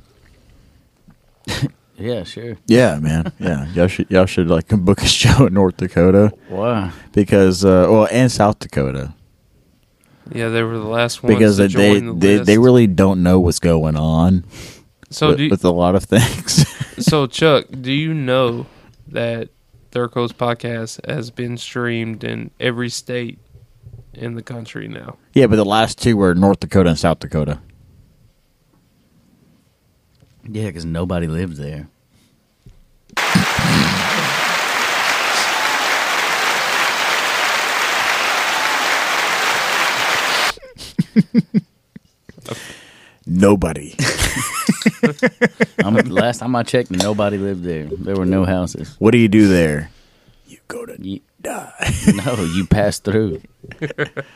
Speaker 4: Yeah, sure.
Speaker 3: yeah man yeah y'all should y'all should like <laughs> book a show in north dakota
Speaker 4: Why?
Speaker 3: because uh well and south dakota
Speaker 2: Yeah, they were the last ones
Speaker 3: because
Speaker 2: to
Speaker 3: they they,
Speaker 2: join the
Speaker 3: they,
Speaker 2: list.
Speaker 3: they really don't know what's going on
Speaker 2: so.
Speaker 3: with,
Speaker 2: do you,
Speaker 3: with a lot of <laughs> things.
Speaker 2: so Chuck, do you know that Thurko's podcast has been streamed in every state in the country now?
Speaker 3: yeah, but the last two were North Dakota and South Dakota.
Speaker 4: Yeah, because nobody lived <laughs> there.
Speaker 2: <laughs>
Speaker 3: Nobody.
Speaker 4: I'm, last time I checked, nobody lived there. There were no houses.
Speaker 3: What do you do there? You go to <laughs>
Speaker 4: You, no, you pass <laughs> through.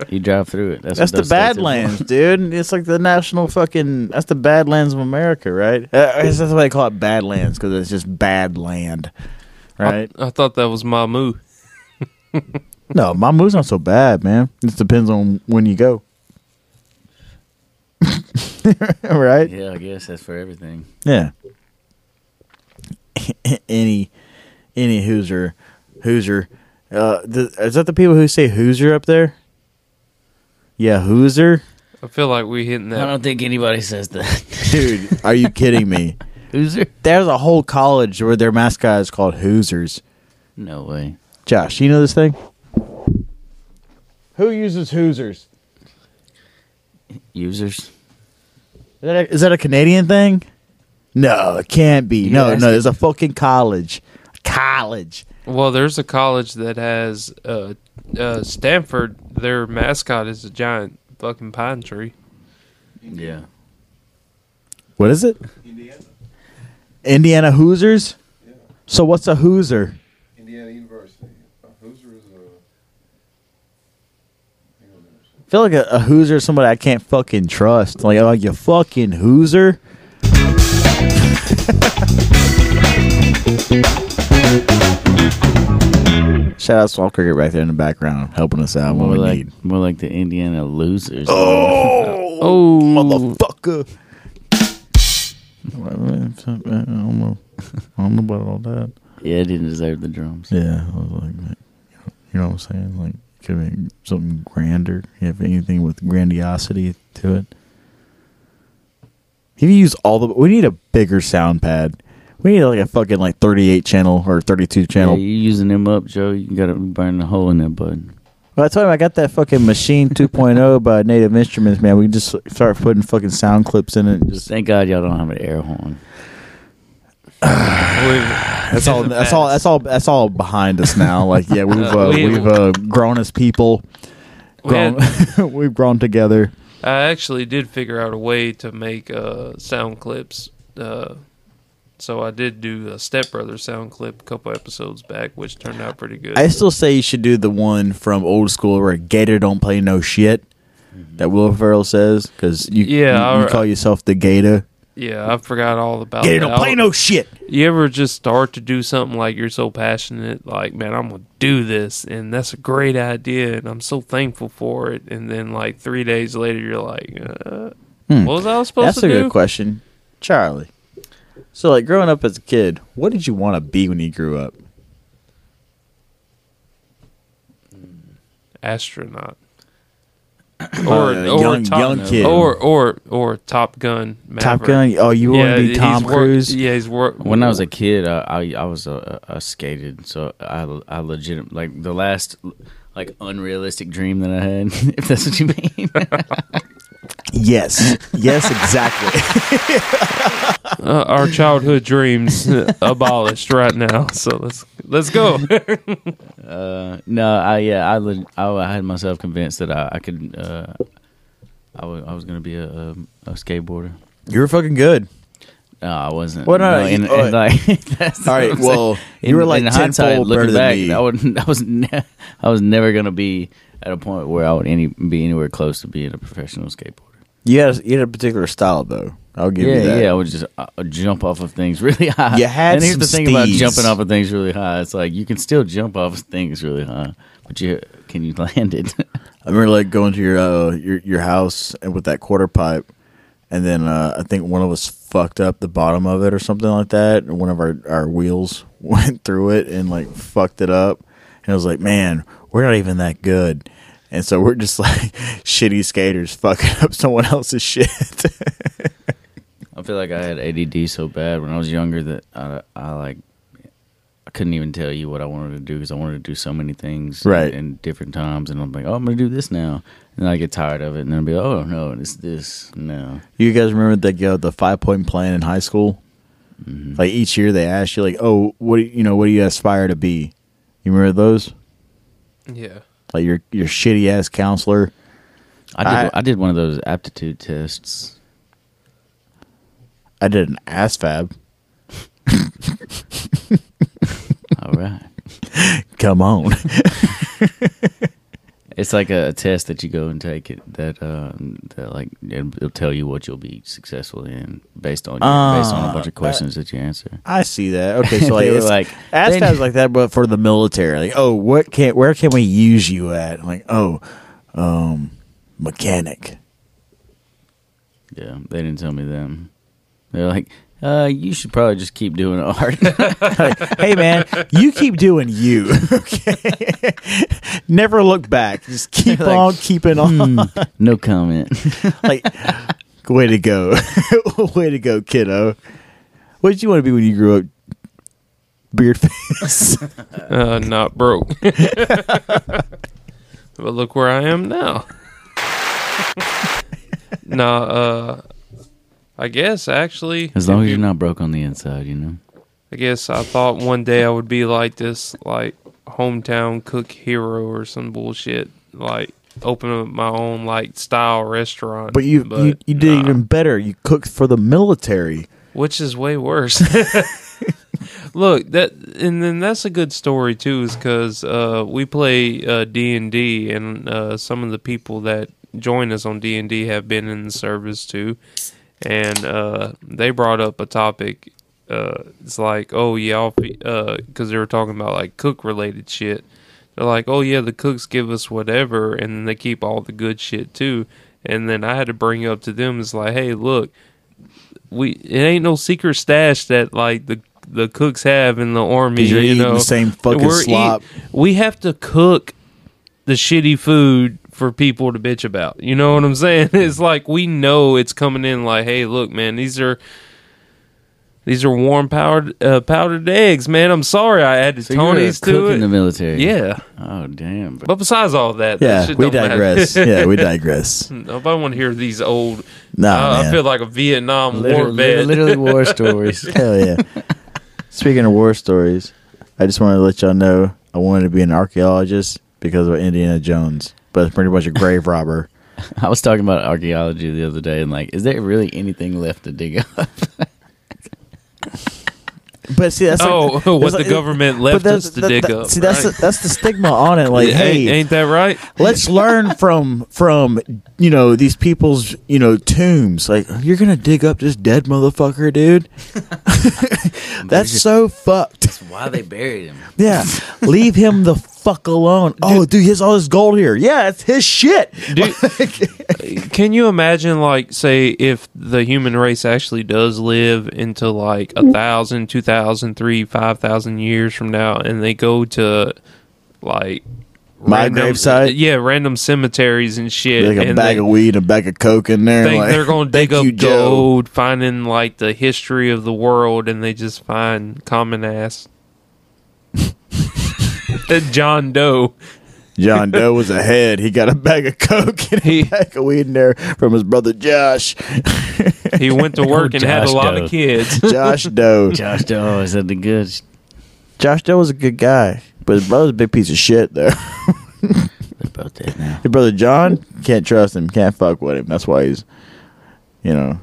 Speaker 4: You drive through it. That's,
Speaker 3: That's the
Speaker 4: what those states are for.
Speaker 3: Badlands, dude. It's like the national fucking. That's the Badlands of America, right? Uh, I guess that's why they call it Badlands because it's just bad land,
Speaker 2: Uh,
Speaker 3: right?
Speaker 2: I thought that was Mamu.
Speaker 3: no, my move's not so bad, man. It just depends on when you go, <laughs> <laughs> right?
Speaker 4: Yeah, I guess that's for everything.
Speaker 3: Yeah. <laughs> any, any Hoosier, Hoosier. Uh, th- is that the people who say Hoosier up there? Yeah, Hoosier,
Speaker 2: I feel like we hitting
Speaker 4: I
Speaker 2: that.
Speaker 4: don't think anybody says that. <laughs>
Speaker 3: dude. Are you kidding me?
Speaker 4: Hoosier?
Speaker 3: <laughs> There's a whole college where their mascot is called Hoosiers.
Speaker 4: No way.
Speaker 3: Josh, you know this thing? Who uses Hoosiers?
Speaker 4: Users?
Speaker 3: Is that a, is that a Canadian thing? No, it can't be.
Speaker 4: You
Speaker 3: no,
Speaker 4: asked
Speaker 3: no,
Speaker 4: it.
Speaker 3: there's a fucking college. College.
Speaker 2: Well, there's a college that has uh, uh, Stanford. Their mascot is a giant fucking pine tree.
Speaker 4: Yeah.
Speaker 3: What is it?
Speaker 5: Indiana,
Speaker 3: Indiana Hoosiers? So what's a Hoosier?
Speaker 5: Indiana University. Uh, Hoosier is a. hang on a minute.
Speaker 3: I feel like a, a Hoosier is somebody I can't fucking trust. Like, like you fucking Hoosier? <laughs> Shout out Swamp Cricket right there in the background helping us out when
Speaker 4: More
Speaker 3: we
Speaker 4: like,
Speaker 3: need.
Speaker 4: more like the Indiana losers.
Speaker 2: Oh,
Speaker 3: motherfucker. I don't know. I don't know about all that.
Speaker 4: Yeah, I didn't deserve the drums.
Speaker 3: Yeah, I was like, like, you know what I'm saying? Like, could be something grander. You have anything with grandiosity to it? If you use all the, we need a bigger sound pad. We need like a fucking like 38 channel or 32
Speaker 4: Yeah,
Speaker 3: channel.
Speaker 4: you using them up, Joe. You gotta burn a hole in that bud.
Speaker 3: Well, I told him I got that fucking machine 2.0 by Native Instruments, man. We can just start putting fucking sound clips in it. and Just
Speaker 4: Thank God y'all don't have an air horn.
Speaker 3: That's all. That's all. That's all. That's all behind us now. Like, yeah, we've
Speaker 2: Uh,
Speaker 3: uh,
Speaker 2: we-
Speaker 3: we've uh, grown as people.
Speaker 2: We
Speaker 3: Grown, <laughs> we've grown together.
Speaker 2: I actually did figure out a way to make uh, sound clips. Uh, so I did do a Step Brothers sound clip a couple episodes back, which turned out pretty good.
Speaker 3: I still say you should do the one from old school where Gator don't play no shit that Will Ferrell says because you
Speaker 2: Mm-hmm. Yeah,
Speaker 3: you- you,
Speaker 2: alright.
Speaker 3: call yourself the Gator.
Speaker 2: yeah, I forgot all about
Speaker 3: Gator
Speaker 2: that.
Speaker 3: don't play
Speaker 2: I'll-
Speaker 3: no shit.
Speaker 2: You ever just start to do something like you're so passionate, like, man, I'm going to do this, and that's a great idea, and I'm so thankful for it. And then, like, three days later, you're like, uh,
Speaker 3: Hmm.
Speaker 2: what was I supposed
Speaker 3: That's
Speaker 2: to
Speaker 3: a
Speaker 2: do?
Speaker 3: good question, Charlie. So, like growing up as a kid, what did you want to be when you grew up? <clears throat>
Speaker 2: Astronaut. or
Speaker 3: Uh,
Speaker 2: or
Speaker 3: young-
Speaker 2: top,
Speaker 3: young kid.
Speaker 2: Or, or, or Top Gun.
Speaker 3: Top Gun.
Speaker 2: Maverick.
Speaker 3: Oh, you want to be
Speaker 2: he's
Speaker 3: Tom
Speaker 2: wor-
Speaker 3: Cruise?
Speaker 2: yeah, he's work.
Speaker 4: When I was a kid, I I, I was a, a skated, so I I legit like the last like unrealistic dream that I had, <laughs> if that's what you mean. <laughs>
Speaker 3: Yes. yes. Exactly.
Speaker 2: <laughs> uh, our
Speaker 3: <laughs>
Speaker 2: childhood dreams abolished right now. So let's let's go.
Speaker 4: <laughs> Uh, no, I yeah, I, le- I I had myself convinced that I, I could uh, I wa- I was gonna be a a, a skateboarder.
Speaker 3: You were fucking good.
Speaker 4: No, I wasn't.
Speaker 3: Well, no,
Speaker 4: no,
Speaker 3: uh, you-
Speaker 4: and,
Speaker 3: all
Speaker 4: and, like, <laughs> that's
Speaker 3: All right,
Speaker 4: what I'm saying.
Speaker 3: well, you were, like, tenfold better than me.
Speaker 4: I would, <laughs> I was, ne- I was never gonna be at a point where I would any be anywhere close to being a professional skateboarder.
Speaker 3: You had a, you had a particular style though. I'll give you
Speaker 4: yeah,
Speaker 3: that.
Speaker 4: yeah, I would just uh, uh, jump off of things <laughs> really high.
Speaker 3: You had
Speaker 4: and here's
Speaker 3: some
Speaker 4: the thing about
Speaker 3: steez.
Speaker 4: jumping off of things really high. It's like you can still jump off of things really high, but you can you <laughs> land it?
Speaker 3: I remember like going to your uh, your your house and with that quarter pipe, and then uh, I think one of us fucked up the bottom of it or something like that, and one of our our wheels <laughs> went through it and like fucked it up, and I was like, man, we're not even that good. And so we're just <laughs> like shitty skaters fucking up someone else's <laughs> shit.
Speaker 4: I feel like I had ADD so bad when I was younger that I, I like I couldn't even tell you what I wanted to do because I wanted to do so many things
Speaker 3: Right.
Speaker 4: in, different times, and I'm like, oh, I'm gonna do this now, and I get tired of it, and then I'll be, like, oh no, it's this no.
Speaker 3: You guys remember that you know, the five point plan in high school?
Speaker 4: Mm-hmm.
Speaker 3: Like each year they asked you like, "Oh, what do you you know? What do you aspire to be?" You remember those?
Speaker 2: yeah,
Speaker 3: Like your your shitty ass counselor.
Speaker 4: I did,
Speaker 3: I-
Speaker 4: I, did one of those aptitude tests.
Speaker 3: I did an ass fab.
Speaker 4: All right. <laughs>
Speaker 3: Come on. <laughs>
Speaker 4: It's like a test that you go and take it that uh that like it'll it'll tell you what you'll be successful in based on based on a
Speaker 3: Ah,
Speaker 4: bunch of questions that you answer.
Speaker 3: I see that. Okay, so
Speaker 4: <laughs> They
Speaker 3: like,
Speaker 4: were
Speaker 3: it's,
Speaker 4: like,
Speaker 3: like ass
Speaker 4: they-
Speaker 3: fabs like that, but for the military. Like, oh, what can where can we use you at? I'm like, oh, um, mechanic. <laughs>
Speaker 4: Yeah, they didn't tell me them. They're like, uh, you should probably just keep doing <laughs> art.
Speaker 3: hey man, you keep doing you. <laughs> Okay. Never look back. Just keep
Speaker 4: <laughs> Like, hmm.
Speaker 3: on keeping on.
Speaker 4: no <laughs> comment.
Speaker 3: <laughs> like way to go. <laughs> way to go, kiddo. What did you want to be when you grew up? Beard
Speaker 2: <laughs>
Speaker 3: face.
Speaker 2: Uh, not
Speaker 3: <laughs>
Speaker 2: broke. <laughs> but look where I
Speaker 3: <laughs>
Speaker 2: am now. nah, uh, I guess actually,
Speaker 4: As long
Speaker 2: if
Speaker 4: as
Speaker 2: you-
Speaker 4: you're not broke on the inside, you know.
Speaker 2: I guess I thought one day I would be like this, like hometown cook hero or some bullshit, like open up my own like style restaurant.
Speaker 3: But you you, you did
Speaker 2: nah.
Speaker 3: even better. You cooked for the military.
Speaker 2: which is way worse. <laughs> Look, that and then that's a good story too, is because uh, we play D and D, and uh, some of the people that join us on D and D have been in the service too, and uh, they brought up a topic. Uh, it's like, oh yeah, I'll be- uh, because they were talking about like cook related shit. They're like, oh yeah, the cooks give us whatever, and they keep all the good shit too. And then I had to bring up to them, it's like, hey, look, we it ain't no secret stash that like the the cooks have in the army.
Speaker 3: You're
Speaker 2: you
Speaker 3: eating
Speaker 2: know,
Speaker 3: the same fucking
Speaker 2: We're eat-
Speaker 3: slop.
Speaker 2: we have to cook the shitty food for people to bitch about. You know what I'm saying? <laughs> It's like we know it's coming in. Like, hey, look, man, these are. These are warm powdered uh, powdered eggs, man. I'm sorry I added
Speaker 4: So
Speaker 2: Tony's
Speaker 4: you're a cook
Speaker 2: to it.
Speaker 4: in the military.
Speaker 2: yeah,
Speaker 4: Oh damn. But
Speaker 2: but besides all that, that
Speaker 3: Yeah,
Speaker 2: shit
Speaker 3: we
Speaker 2: don't matter. <laughs>
Speaker 3: digress. yeah, we digress.
Speaker 2: Nobody want to hear these old.
Speaker 3: Nah,
Speaker 2: I- I
Speaker 3: man.
Speaker 2: feel like a Vietnam War
Speaker 4: literally,
Speaker 2: vet.
Speaker 4: literally <laughs> war stories.
Speaker 3: Hell yeah. Speaking of war stories, I just wanted to let y'all know I wanted to be an archaeologist because of Indiana Jones, but it's pretty much a grave robber.
Speaker 4: I was talking about archaeology the other day, and like, is there really anything left to <laughs> dig up?
Speaker 3: But see, that's like-
Speaker 2: <laughs> Oh,
Speaker 3: that's
Speaker 2: what
Speaker 3: like-
Speaker 2: the government
Speaker 3: but
Speaker 2: left
Speaker 3: that's-
Speaker 2: us to
Speaker 3: that-
Speaker 2: dig
Speaker 3: that-
Speaker 2: up,
Speaker 3: See, that's
Speaker 2: right?
Speaker 3: the, that's the stigma on it. Like,
Speaker 2: Ain't-
Speaker 3: hey,
Speaker 2: ain't that right?
Speaker 3: let's learn from from you know these people's you know tombs. Like, you're gonna dig up this dead motherfucker, dude. <laughs> that's so fucked.
Speaker 4: Why they buried him?
Speaker 3: Yeah, leave him the fuck alone. Oh, dude, he has all this gold here. Yeah, it's his shit.
Speaker 2: Dude, can you imagine, like, say, if the human race actually does live into like a thousand, two thousand, three, five thousand years from now, and they go to like
Speaker 3: My
Speaker 2: random-
Speaker 3: gravesite?
Speaker 2: yeah, random cemeteries and
Speaker 3: <laughs>
Speaker 2: shit,
Speaker 3: Like a
Speaker 2: and
Speaker 3: bag
Speaker 2: they
Speaker 3: of weed, a bag of coke in there.
Speaker 2: think
Speaker 3: like,
Speaker 2: they're gonna dig up
Speaker 3: "Thank you, Joe."
Speaker 2: gold, finding like the history of the world, and they just find
Speaker 3: <laughs>
Speaker 2: common ass. John Doe.
Speaker 3: <laughs>
Speaker 2: <laughs>
Speaker 3: John Doe was ahead. He got a bag of coke and
Speaker 2: He-
Speaker 3: a bag of weed in there from his brother Josh. <laughs>
Speaker 2: He went to work and had a
Speaker 4: Josh
Speaker 2: lot
Speaker 4: Doe.
Speaker 2: of kids.
Speaker 3: Josh Doe.
Speaker 4: <laughs> Josh Doe is that the good?
Speaker 3: Josh Doe was a good guy, but his brother's a big piece of shit
Speaker 4: <laughs>
Speaker 3: though.
Speaker 4: What about that now?
Speaker 3: His brother John can't trust him, can't fuck with him. That's why he's, you know.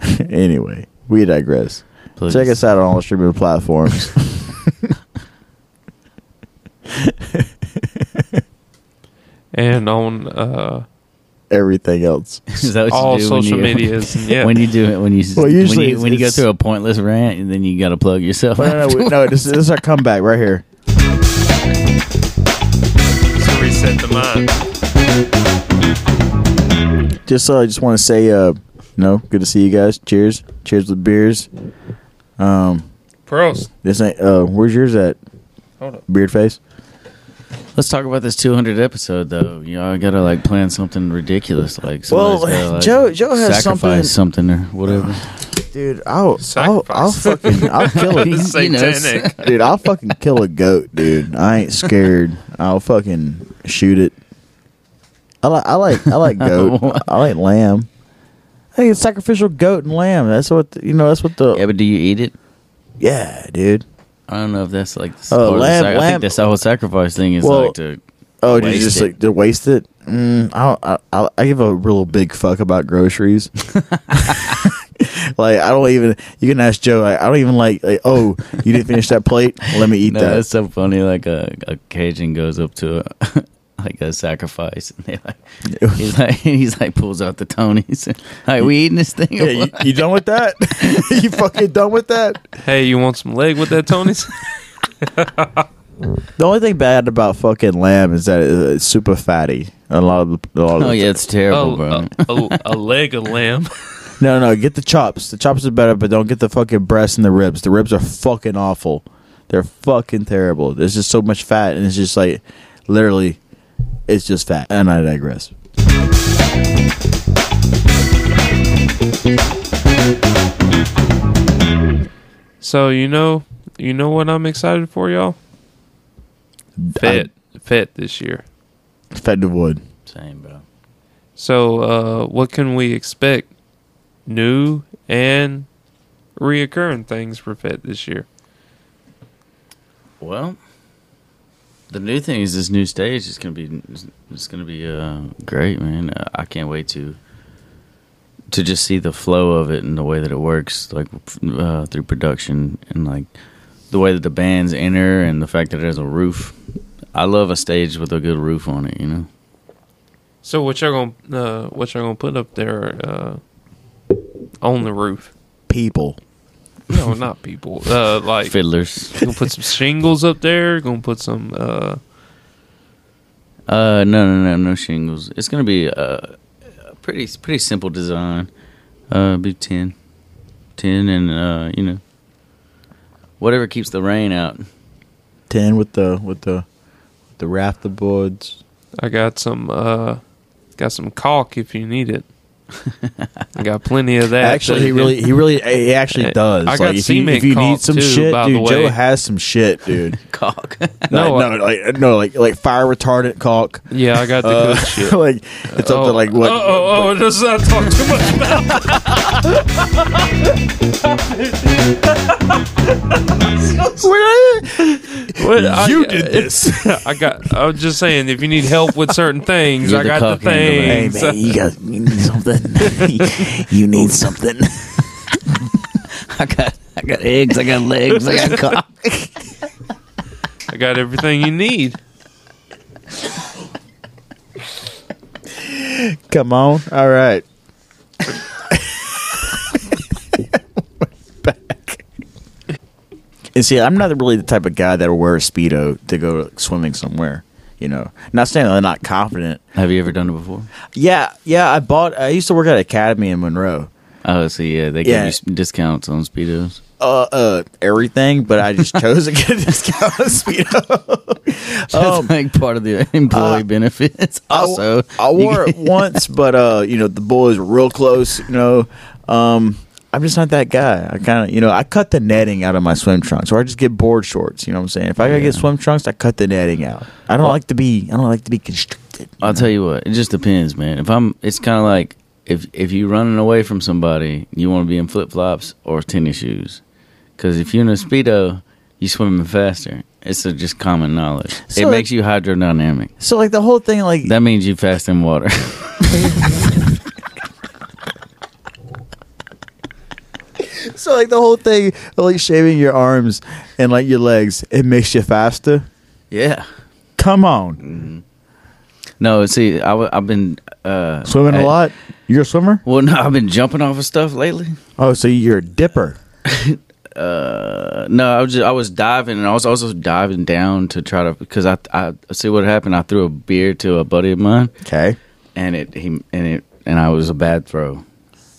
Speaker 3: <laughs> anyway, we digress.
Speaker 4: Please.
Speaker 3: Check us out on all streaming platforms. <laughs>
Speaker 2: and on uh,
Speaker 3: Everything else.
Speaker 4: <laughs> Is that what you
Speaker 2: all
Speaker 4: do when
Speaker 2: social
Speaker 4: you- <laughs>
Speaker 2: medias. and Yeah.
Speaker 4: When you do it, when you
Speaker 3: Well,
Speaker 4: when
Speaker 3: usually
Speaker 4: you- when you,
Speaker 3: it's-
Speaker 4: go
Speaker 3: it's-
Speaker 4: through a pointless rant, and then you got to plug <laughs> yourself.
Speaker 3: No, no, no, we- no, this, this is our comeback right here.
Speaker 2: to reset the mind.
Speaker 3: Just uh, I just want to say, uh, no, good to see you guys. Cheers, cheers with beers. Um,
Speaker 2: Pros.
Speaker 3: this ain't. Uh, where's yours at?
Speaker 2: Hold up.
Speaker 3: Beard face.
Speaker 4: Let's talk about this 200 episode though. You know, I gotta like plan something ridiculous. Like,
Speaker 3: Well,
Speaker 4: somebody's gotta, like,
Speaker 3: Joe- Joe has
Speaker 4: sacrifice something. or
Speaker 3: <laughs>
Speaker 4: whatever.
Speaker 3: Dude, I'll, I'll, I'll
Speaker 2: Sacrifice.
Speaker 3: fucking, I'll kill
Speaker 4: <laughs> You
Speaker 3: a,
Speaker 4: know, <laughs>
Speaker 2: Satanic.
Speaker 3: dude, I'll fucking kill a goat, dude. I ain't scared. I'll fucking shoot it. I like, I like, I like
Speaker 4: <laughs>
Speaker 3: goat. I like lamb. Hey, it's sacrificial goat and lamb. That's what the, you know. That's what the
Speaker 4: Yeah, but do you eat it?
Speaker 3: yeah, dude.
Speaker 4: I don't know if that's like. The
Speaker 3: Uh,
Speaker 4: part of the
Speaker 3: lamb-
Speaker 4: sac- I
Speaker 3: lamb-
Speaker 4: think that's the whole sacrifice thing is
Speaker 3: Well,
Speaker 4: like to.
Speaker 3: Oh, did you
Speaker 4: Waste
Speaker 3: just
Speaker 4: it.
Speaker 3: like to waste it?
Speaker 4: <laughs>
Speaker 3: Mm, I, don't, I I I give a real big fuck about groceries. Like I don't even. You can ask Joe. Like, I don't even like, like. <laughs> Oh, you didn't finish that plate. Let me eat
Speaker 4: <laughs> No,
Speaker 3: that.
Speaker 4: that's so funny. Like a, a Cajun goes up to a, <laughs> like a sacrifice, and they
Speaker 3: <laughs>
Speaker 4: like he's like <laughs> he's like pulls out the Tonys. <laughs> like we eating this <laughs> thing? or
Speaker 3: Yeah, you,
Speaker 4: what?"
Speaker 3: you done with that? <laughs> you fucking done with that?
Speaker 2: Hey, you want some leg with that, Tony's?
Speaker 3: The only thing bad about fucking lamb is that it's super fatty. A lot of a lot of
Speaker 4: oh yeah, it's terrible, bro.
Speaker 2: oh, oh, a
Speaker 4: <laughs>
Speaker 2: leg of lamb.
Speaker 3: No, no, get the chops. The chops are better, but don't get the fucking breasts and the ribs. The ribs are fucking awful. They're fucking terrible. There's just so much fat, and it's just like, literally, it's just fat. And I digress.
Speaker 2: So you know, you know what I'm excited for, y'all. Fed, Fed this year.
Speaker 3: I- fed to wood.
Speaker 4: Same, bro.
Speaker 2: So uh, what can we expect? New and reoccurring things for Fed this year.
Speaker 4: Well, the new thing is this new stage is gonna be it's gonna be uh, great, man. Uh, I can't wait to to just see the flow of it and the way that it works, like uh, through production and like the way that the bands enter and the fact that it has a roof. I love a stage with a good roof on it, you know.
Speaker 2: So what y'all gonna uh, what y'all gonna put up there uh, on the roof?
Speaker 3: People.
Speaker 2: No, not people. Uh, like
Speaker 4: Fiddlers.
Speaker 2: gonna put some shingles up there. Gonna put some. Uh,
Speaker 4: Uh, no, no, no, no shingles. It's gonna be uh, a pretty pretty simple design. Uh, be ten, ten, and uh, you know, whatever keeps the rain out.
Speaker 3: Ten with the with the with the raft of boards.
Speaker 2: I got some. Uh, got some caulk if you need it. I got plenty of that.
Speaker 3: Actually,
Speaker 2: So
Speaker 3: he
Speaker 2: you
Speaker 3: really,
Speaker 2: can-
Speaker 3: he really, he actually
Speaker 2: I
Speaker 3: does.
Speaker 2: got
Speaker 3: like, if you,
Speaker 2: cement
Speaker 3: if you
Speaker 2: caulk
Speaker 3: need some
Speaker 2: too,
Speaker 3: shit,
Speaker 2: by the
Speaker 3: dude,
Speaker 2: way.
Speaker 3: Joe has some
Speaker 2: <laughs>
Speaker 3: shit, dude.
Speaker 4: Cock.
Speaker 2: No,
Speaker 3: like, no, like no, like like fire retardant caulk.
Speaker 2: yeah, I got the
Speaker 3: Uh, <laughs>
Speaker 2: good shit.
Speaker 3: like it's up to like what?
Speaker 2: Oh, oh, oh! Let's not talk too much about. What, I-
Speaker 3: you did this.
Speaker 2: <laughs> I got. I was just saying, if you need help with certain things,
Speaker 4: You're
Speaker 2: I
Speaker 4: the
Speaker 2: got the
Speaker 4: cock handler.
Speaker 2: things.
Speaker 3: you got you need something. <laughs> you need something.
Speaker 2: <laughs>
Speaker 4: I got I got eggs. I got legs. I
Speaker 2: <laughs>
Speaker 4: got cock.
Speaker 2: I got everything you need.
Speaker 3: Come on. All right. Back. And see, I'm not really the type of guy that will wear a speedo to go like, swimming somewhere. You know, not saying that I'm not confident.
Speaker 4: Have you ever done it before?
Speaker 3: Yeah, yeah. I bought. I used to work at an academy in Monroe.
Speaker 4: Oh, so yeah, they
Speaker 3: Yeah.
Speaker 4: give you s- discounts on speedos.
Speaker 3: uh, uh, everything, but I <laughs> just chose to get a discount on
Speaker 4: That's
Speaker 3: Speedo.
Speaker 4: <laughs>
Speaker 3: um,
Speaker 4: like part of the employee
Speaker 3: uh,
Speaker 4: benefits.
Speaker 3: I- <laughs>
Speaker 4: Also,
Speaker 3: I,
Speaker 4: you
Speaker 3: wore
Speaker 4: get-
Speaker 3: it
Speaker 4: <laughs>
Speaker 3: once, but uh, you know, the boys were real close. You know, um, I'm just not that guy. I kind of, you know, I cut the netting out of my swim trunks, or I just get board shorts. You know what I'm saying? If I gotta get swim trunks, I cut the netting out. I don't like to be. I don't like to be constricted.
Speaker 4: I'll tell you what, it just depends, man. If I'm, it's kind of like if if you're running away from somebody, you want to be in flip flops or tennis shoes, because if you're in a speedo, you swimming faster. It's a, just common knowledge.
Speaker 3: So-
Speaker 4: it makes you hydrodynamic.
Speaker 3: So like the whole thing, like
Speaker 4: That means you fast in water. <laughs>
Speaker 3: so like the whole thing, like shaving your arms and like your legs, it makes you faster.
Speaker 4: yeah.
Speaker 3: Come on,
Speaker 4: No, see, I, have been uh,
Speaker 3: swimming
Speaker 4: I-
Speaker 3: a lot. You're a swimmer.
Speaker 4: Well, no, I've been jumping off of stuff lately.
Speaker 3: Oh, so you're a dipper.
Speaker 4: Uh, no, I was just, I was diving and I was also diving down to try to because I I see what happened. I threw a beer to a buddy of mine.
Speaker 3: Okay.
Speaker 4: and it he and it and I was a bad throw.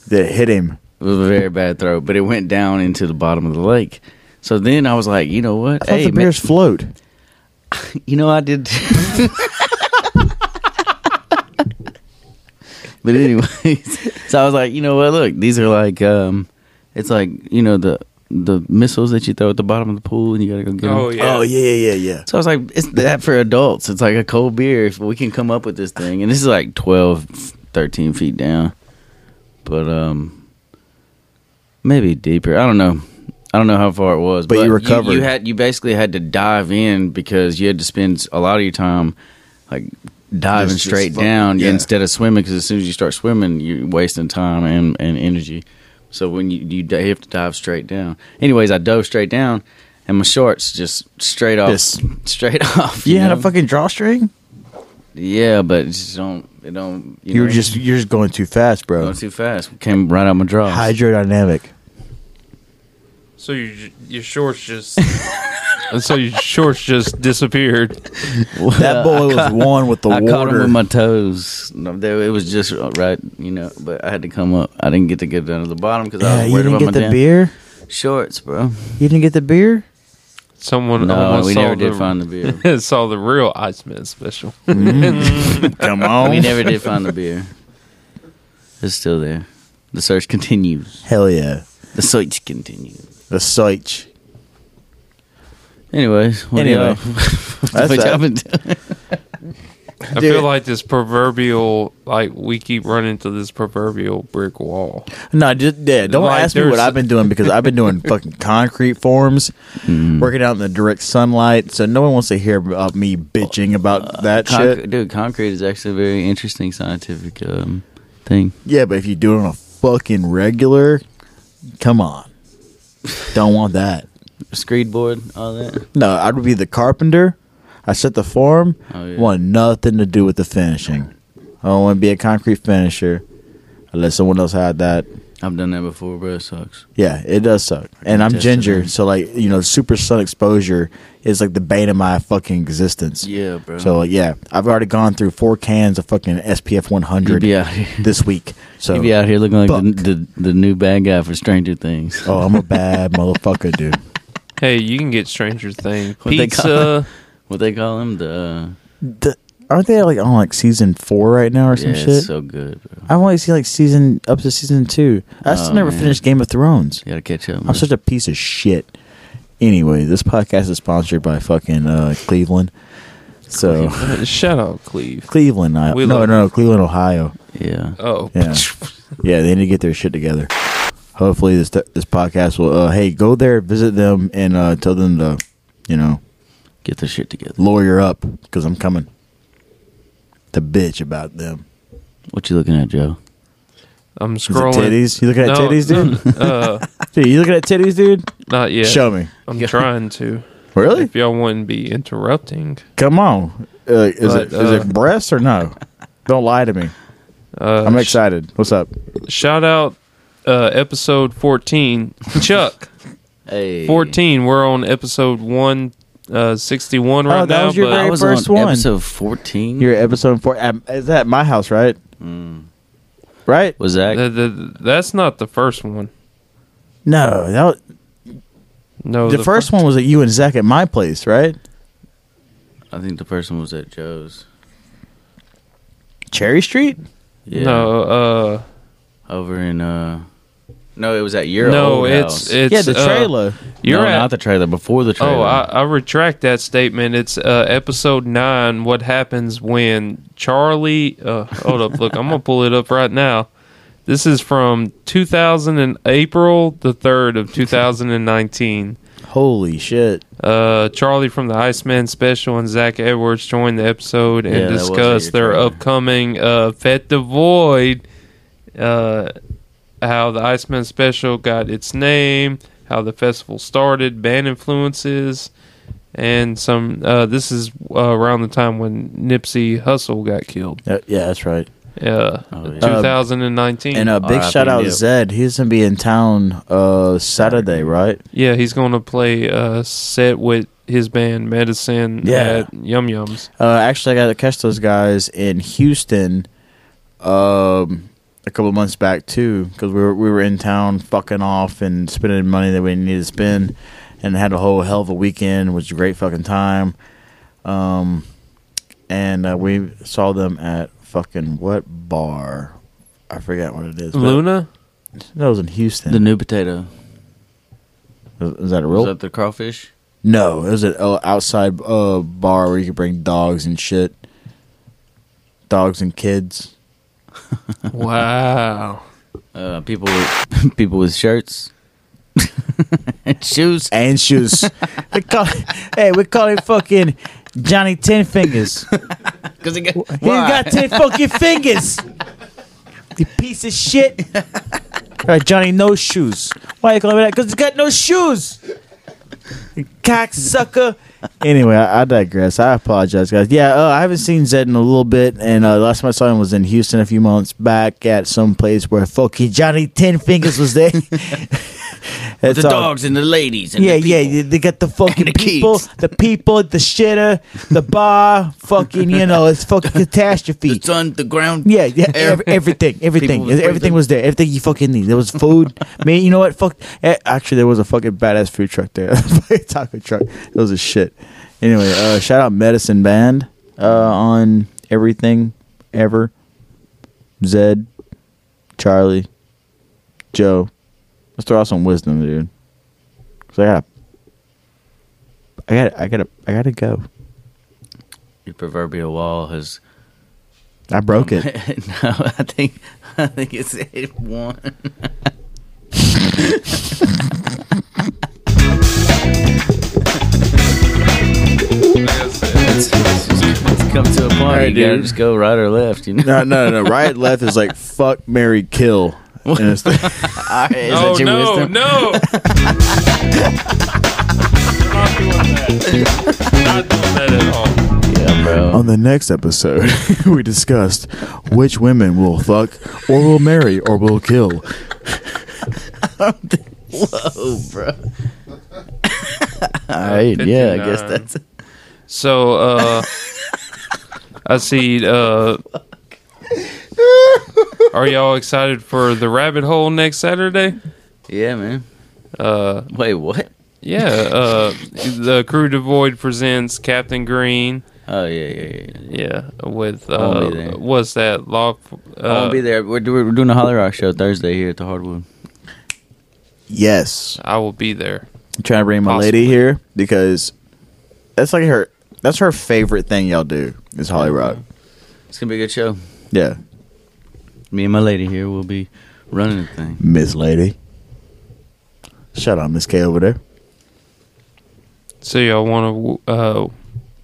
Speaker 3: That hit him.
Speaker 4: It was a very bad throw, but it went down into the bottom of the lake. So then I was like, you know what?
Speaker 3: I thought the
Speaker 4: man-
Speaker 3: bears float.
Speaker 4: you know I did. <laughs> but anyways, so I was like, you know what? Look, these are like um, it's like you know the the missiles that you throw at the bottom of the pool, and you gotta go get 'em.
Speaker 2: Oh yeah.
Speaker 3: Oh yeah, yeah, yeah.
Speaker 4: So I was like, it's that for adults. It's like a cold beer if we can come up with this thing. And this is like 12, 13 feet down. But um maybe deeper. I don't know. I don't know how far it was.
Speaker 3: But you
Speaker 4: you
Speaker 3: recovered.
Speaker 4: You, had you basically had to dive in because you had to spend a lot of your time like diving
Speaker 3: Just- just
Speaker 4: straight
Speaker 3: fuck-
Speaker 4: down
Speaker 3: yeah.
Speaker 4: instead of swimming because as soon as you start swimming, you're wasting time and, and energy. So when you you, di- you have to dive straight down. Anyways, I dove straight down, and my shorts just straight off,
Speaker 3: Just-
Speaker 4: straight <laughs> off.
Speaker 3: You had a
Speaker 4: know?
Speaker 3: fucking drawstring.
Speaker 4: yeah, but it just don't it don't.
Speaker 3: You, were
Speaker 4: know,
Speaker 3: just you're just going too fast, bro.
Speaker 4: going too fast. Came right out my draw. <laughs>
Speaker 3: Hydrodynamic.
Speaker 2: So your your shorts just <laughs> and so your shorts just disappeared.
Speaker 3: That boy was one with the
Speaker 4: I caught him
Speaker 3: water.
Speaker 4: with my toes. No, there- it was just uh, right, you know. But I had to come up. I didn't get to get down to the bottom because I
Speaker 3: yeah,
Speaker 4: was
Speaker 3: you
Speaker 4: worried
Speaker 3: didn't
Speaker 4: about my
Speaker 3: get the
Speaker 4: damn
Speaker 3: beer.
Speaker 4: shorts, bro.
Speaker 3: You didn't get the
Speaker 4: <laughs>
Speaker 3: beer.
Speaker 2: Someone
Speaker 4: No,
Speaker 2: almost
Speaker 4: we
Speaker 2: saw
Speaker 4: never
Speaker 2: the,
Speaker 4: did find the beer.
Speaker 2: <laughs> saw the real Iceman special.
Speaker 3: Come on.
Speaker 4: we never did find
Speaker 3: <laughs>
Speaker 4: the beer. It's still there. The search continues.
Speaker 3: Hell yeah.
Speaker 4: The search continues.
Speaker 3: The Soich.
Speaker 4: Anyways, what do
Speaker 3: Anyway.
Speaker 4: y'all- <laughs>
Speaker 3: That's
Speaker 4: what y'all
Speaker 3: that.
Speaker 4: been doing?
Speaker 2: I
Speaker 3: Dude.
Speaker 2: feel like this proverbial like we keep running to this proverbial brick wall.
Speaker 3: No, just yeah, don't
Speaker 2: Like,
Speaker 3: ask me what
Speaker 2: there's-
Speaker 3: I've been doing because I've been doing fucking concrete forms,
Speaker 4: Hmm.
Speaker 3: working out in the direct sunlight. So no one wants to hear about me bitching about that
Speaker 4: Conc-
Speaker 3: shit.
Speaker 4: Uh, dude, concrete is actually a very interesting scientific um, thing.
Speaker 3: Yeah, but if you do it on a fucking regular, come on, don't want that.
Speaker 4: Screed board, all that.
Speaker 3: No, I'd be the carpenter. I set the form.
Speaker 4: Oh, yeah.
Speaker 3: Want nothing to do with the finishing. I don't want to be a concrete finisher unless someone else had that.
Speaker 4: I've done that before, bro. It sucks.
Speaker 3: Yeah, it does suck. And I'm
Speaker 4: attest to
Speaker 3: ginger,
Speaker 4: that.
Speaker 3: so like you know, super sun exposure is like the bane of my fucking existence.
Speaker 4: Yeah, bro.
Speaker 3: So like, yeah, I've already gone through four cans of fucking SPF 100
Speaker 4: You'd be out
Speaker 3: <laughs>
Speaker 4: here.
Speaker 3: this week. So
Speaker 4: <laughs> you be out here looking like
Speaker 3: Fuck.
Speaker 4: the, the the new bad guy for Stranger Things.
Speaker 3: oh,
Speaker 4: <laughs>
Speaker 3: I'm a bad motherfucker, dude.
Speaker 2: Hey, you can get Stranger Things
Speaker 4: What they call
Speaker 2: <laughs> pizza.
Speaker 4: What they call him? The uh,
Speaker 3: The, aren't they like on like season four right now or
Speaker 4: yeah,
Speaker 3: some
Speaker 4: it's
Speaker 3: shit?
Speaker 4: so good. Bro.
Speaker 3: I've only seen like season up to season two. I still
Speaker 4: Oh,
Speaker 3: never
Speaker 4: man.
Speaker 3: finished Game of Thrones.
Speaker 4: You gotta catch up.
Speaker 3: I'm
Speaker 4: man.
Speaker 3: such a piece of shit. Anyway, this podcast is sponsored by fucking uh, Cleveland. So.
Speaker 2: Shut up, Cleve.
Speaker 3: Cleveland, I,
Speaker 2: We
Speaker 3: no, no,
Speaker 2: love
Speaker 3: no, Cleveland, Ohio.
Speaker 4: yeah.
Speaker 2: Oh,
Speaker 3: Yeah, yeah, they need to get their shit together. Hopefully, this this podcast will. Uh, hey, go there, visit them, and uh, tell them to, you know,
Speaker 4: Get their shit together.
Speaker 3: lawyer up because I'm coming to bitch about them.
Speaker 4: What you looking at, Joe?
Speaker 2: <laughs> I'm
Speaker 3: Is it
Speaker 2: scrolling.
Speaker 3: titties? You looking at
Speaker 2: No,
Speaker 3: titties, dude?
Speaker 2: no, uh,
Speaker 3: dude, you looking at titties, dude? <laughs>
Speaker 2: not yet.
Speaker 3: Show me.
Speaker 2: I'm trying to.
Speaker 3: Really?
Speaker 2: If y'all wouldn't be interrupting,
Speaker 3: Come on. Uh, is
Speaker 2: But,
Speaker 3: it is
Speaker 2: uh,
Speaker 3: it breasts or no? <laughs> Don't lie to me.
Speaker 2: uh,
Speaker 3: I'm excited. What's up?
Speaker 2: sh- shout out uh,
Speaker 3: <laughs>
Speaker 2: episode 14, Chuck.
Speaker 4: Hey,
Speaker 2: 14. We're on episode one uh, sixty one right
Speaker 3: Oh, that
Speaker 2: now.
Speaker 3: was your
Speaker 2: but
Speaker 4: I
Speaker 3: very
Speaker 4: was
Speaker 3: first
Speaker 4: on
Speaker 3: one.
Speaker 4: episode fourteen.
Speaker 3: You're at episode four. Um, Is that my house, right? Mm. Right?
Speaker 4: was that?
Speaker 2: th- th- that's not the first one.
Speaker 3: No, that was,
Speaker 2: No,
Speaker 3: the, first one was at you and Zach at my place, right?
Speaker 4: I think the person was at Joe's.
Speaker 3: Cherry Street.
Speaker 4: Yeah.
Speaker 2: No, uh,
Speaker 4: Over in uh. No, it was at your
Speaker 2: no,
Speaker 4: old
Speaker 2: it's
Speaker 4: house.
Speaker 2: it's
Speaker 3: yeah, the
Speaker 2: uh,
Speaker 3: trailer.
Speaker 2: you're
Speaker 4: no,
Speaker 2: at,
Speaker 4: not the trailer. Before the trailer.
Speaker 2: Oh, I, I retract that statement. It's uh, episode nine. What happens when Charlie? Uh, hold up, look, I'm gonna pull it up right now. This is from 2000 and April the third of 2019.
Speaker 3: Holy shit!
Speaker 2: Uh, Charlie from the Iceman Special and Zach Edwards joined the episode and
Speaker 4: Yeah, that was
Speaker 2: discussed
Speaker 4: your
Speaker 2: their
Speaker 4: trailer.
Speaker 2: upcoming uh, Fete the Void, uh, how the Iceman Special got its name, how the festival started, band influences, and some. Uh, this is uh, around the time when Nipsey Hussle got killed.
Speaker 3: Uh, yeah, that's right.
Speaker 2: Uh,
Speaker 4: Oh, yeah. uh,
Speaker 2: 2019.
Speaker 3: And a big
Speaker 4: R.I.P.
Speaker 3: shout out
Speaker 4: Nip.
Speaker 3: Zed. He's gonna be in town uh, Saturday, right?
Speaker 2: yeah, he's going to play a set with his band Medicine
Speaker 3: Yeah.
Speaker 2: at Yum Yums.
Speaker 3: Uh, actually, I got to catch those guys in Houston um, a couple months back too, because we were we were in town fucking off and spending money that we didn't need to spend, and had a whole hell of a weekend, which was a great fucking time. Um, and uh, we saw them at fucking what bar? I forget what it is. but-
Speaker 2: Luna?
Speaker 3: No, it was in Houston.
Speaker 4: the new potato.
Speaker 3: Is is that a real?
Speaker 4: Was that the crawfish?
Speaker 3: no, it was an uh, outside uh, bar where you could bring dogs and shit, dogs and kids.
Speaker 2: Wow.
Speaker 4: Uh, people with <laughs> people with shirts and shoes.
Speaker 3: and shoes.
Speaker 4: <laughs>
Speaker 3: we call, hey, we call it fucking Johnny Ten Fingers.
Speaker 4: <laughs> Cause he got, <laughs>
Speaker 3: He's got ten fucking fingers. You piece of shit.
Speaker 6: Like Johnny, no shoes. Why you calling me that? Because he's got no shoes. Cocksucker. Anyway, I, I digress. I apologize, guys. Yeah, uh, I haven't seen Zed in a little bit, and uh, last time I saw him was in Houston a few months back at some place where Folky Johnny Ten Fingers was
Speaker 4: <laughs>
Speaker 6: there.
Speaker 4: With
Speaker 6: That's
Speaker 4: the
Speaker 6: all.
Speaker 4: dogs and the ladies. And
Speaker 6: Yeah,
Speaker 4: the
Speaker 6: yeah,
Speaker 4: people.
Speaker 6: yeah, they got the fucking
Speaker 4: the
Speaker 6: people,
Speaker 4: kids.
Speaker 6: the people, the shitter, the bar, fucking, you know, it's
Speaker 4: <laughs>
Speaker 6: fucking catastrophe.
Speaker 4: The sun, the ground.
Speaker 6: Yeah, <laughs> yeah, ev- everything, everything,
Speaker 4: People with
Speaker 6: everything
Speaker 4: everything.
Speaker 6: was there. Everything you fucking need. There was <laughs> food. Man, you know what? Fuck. eh, Actually, there was a fucking badass food truck there. <laughs> Taco truck. It was a shit. Anyway, uh, shout out Medicine Band uh, on everything ever. Zed, Charlie, Joe. Let's throw out some wisdom, dude. Cause I gotta, I gotta, I gotta, I gotta go.
Speaker 4: Your proverbial wall has.
Speaker 6: I broke <laughs> it.
Speaker 4: <laughs> no, I think I think it's it one. <laughs> It's, it's, it's come to a point.
Speaker 3: right,
Speaker 4: you gotta
Speaker 3: dude.
Speaker 4: just go right or left. You know.
Speaker 3: No, no, no. Riot left is
Speaker 4: <laughs>
Speaker 3: like fuck, Mary kill. And <laughs> it's the-
Speaker 4: All right, is
Speaker 2: oh
Speaker 4: that your
Speaker 2: no,
Speaker 4: wisdom?
Speaker 2: no! Not doing that. Not doing that at all.
Speaker 4: <laughs> Yeah, bro.
Speaker 3: On the next episode, <laughs> we discussed which women will fuck or will marry or will kill.
Speaker 4: Whoa,
Speaker 2: <laughs>
Speaker 4: bro. All right, yeah, I guess
Speaker 2: 59.
Speaker 4: that's. <laughs>
Speaker 2: So uh I see uh Are y'all excited for the rabbit hole next Saturday?
Speaker 4: Yeah, man.
Speaker 2: Uh
Speaker 4: Wait, what?
Speaker 2: yeah, uh the crew devoid presents Captain Green.
Speaker 4: Oh yeah, yeah, yeah. yeah.
Speaker 2: Yeah, with
Speaker 4: I won't be
Speaker 2: uh
Speaker 4: there.
Speaker 2: what's that law uh,
Speaker 4: I won't be there. We're, do- we're doing a Holly Rock show Thursday here at the Hardwood.
Speaker 3: Yes.
Speaker 2: I will be there.
Speaker 3: I'm trying to bring my
Speaker 2: Possibly.
Speaker 3: lady here because that's like her that's her favorite thing y'all do is Holly Rock.
Speaker 4: It's gonna be a good show.
Speaker 3: Yeah.
Speaker 4: Me and my lady here will be running the thing.
Speaker 3: Miss Lady. Shout out Miss K over there.
Speaker 2: So y'all want to uh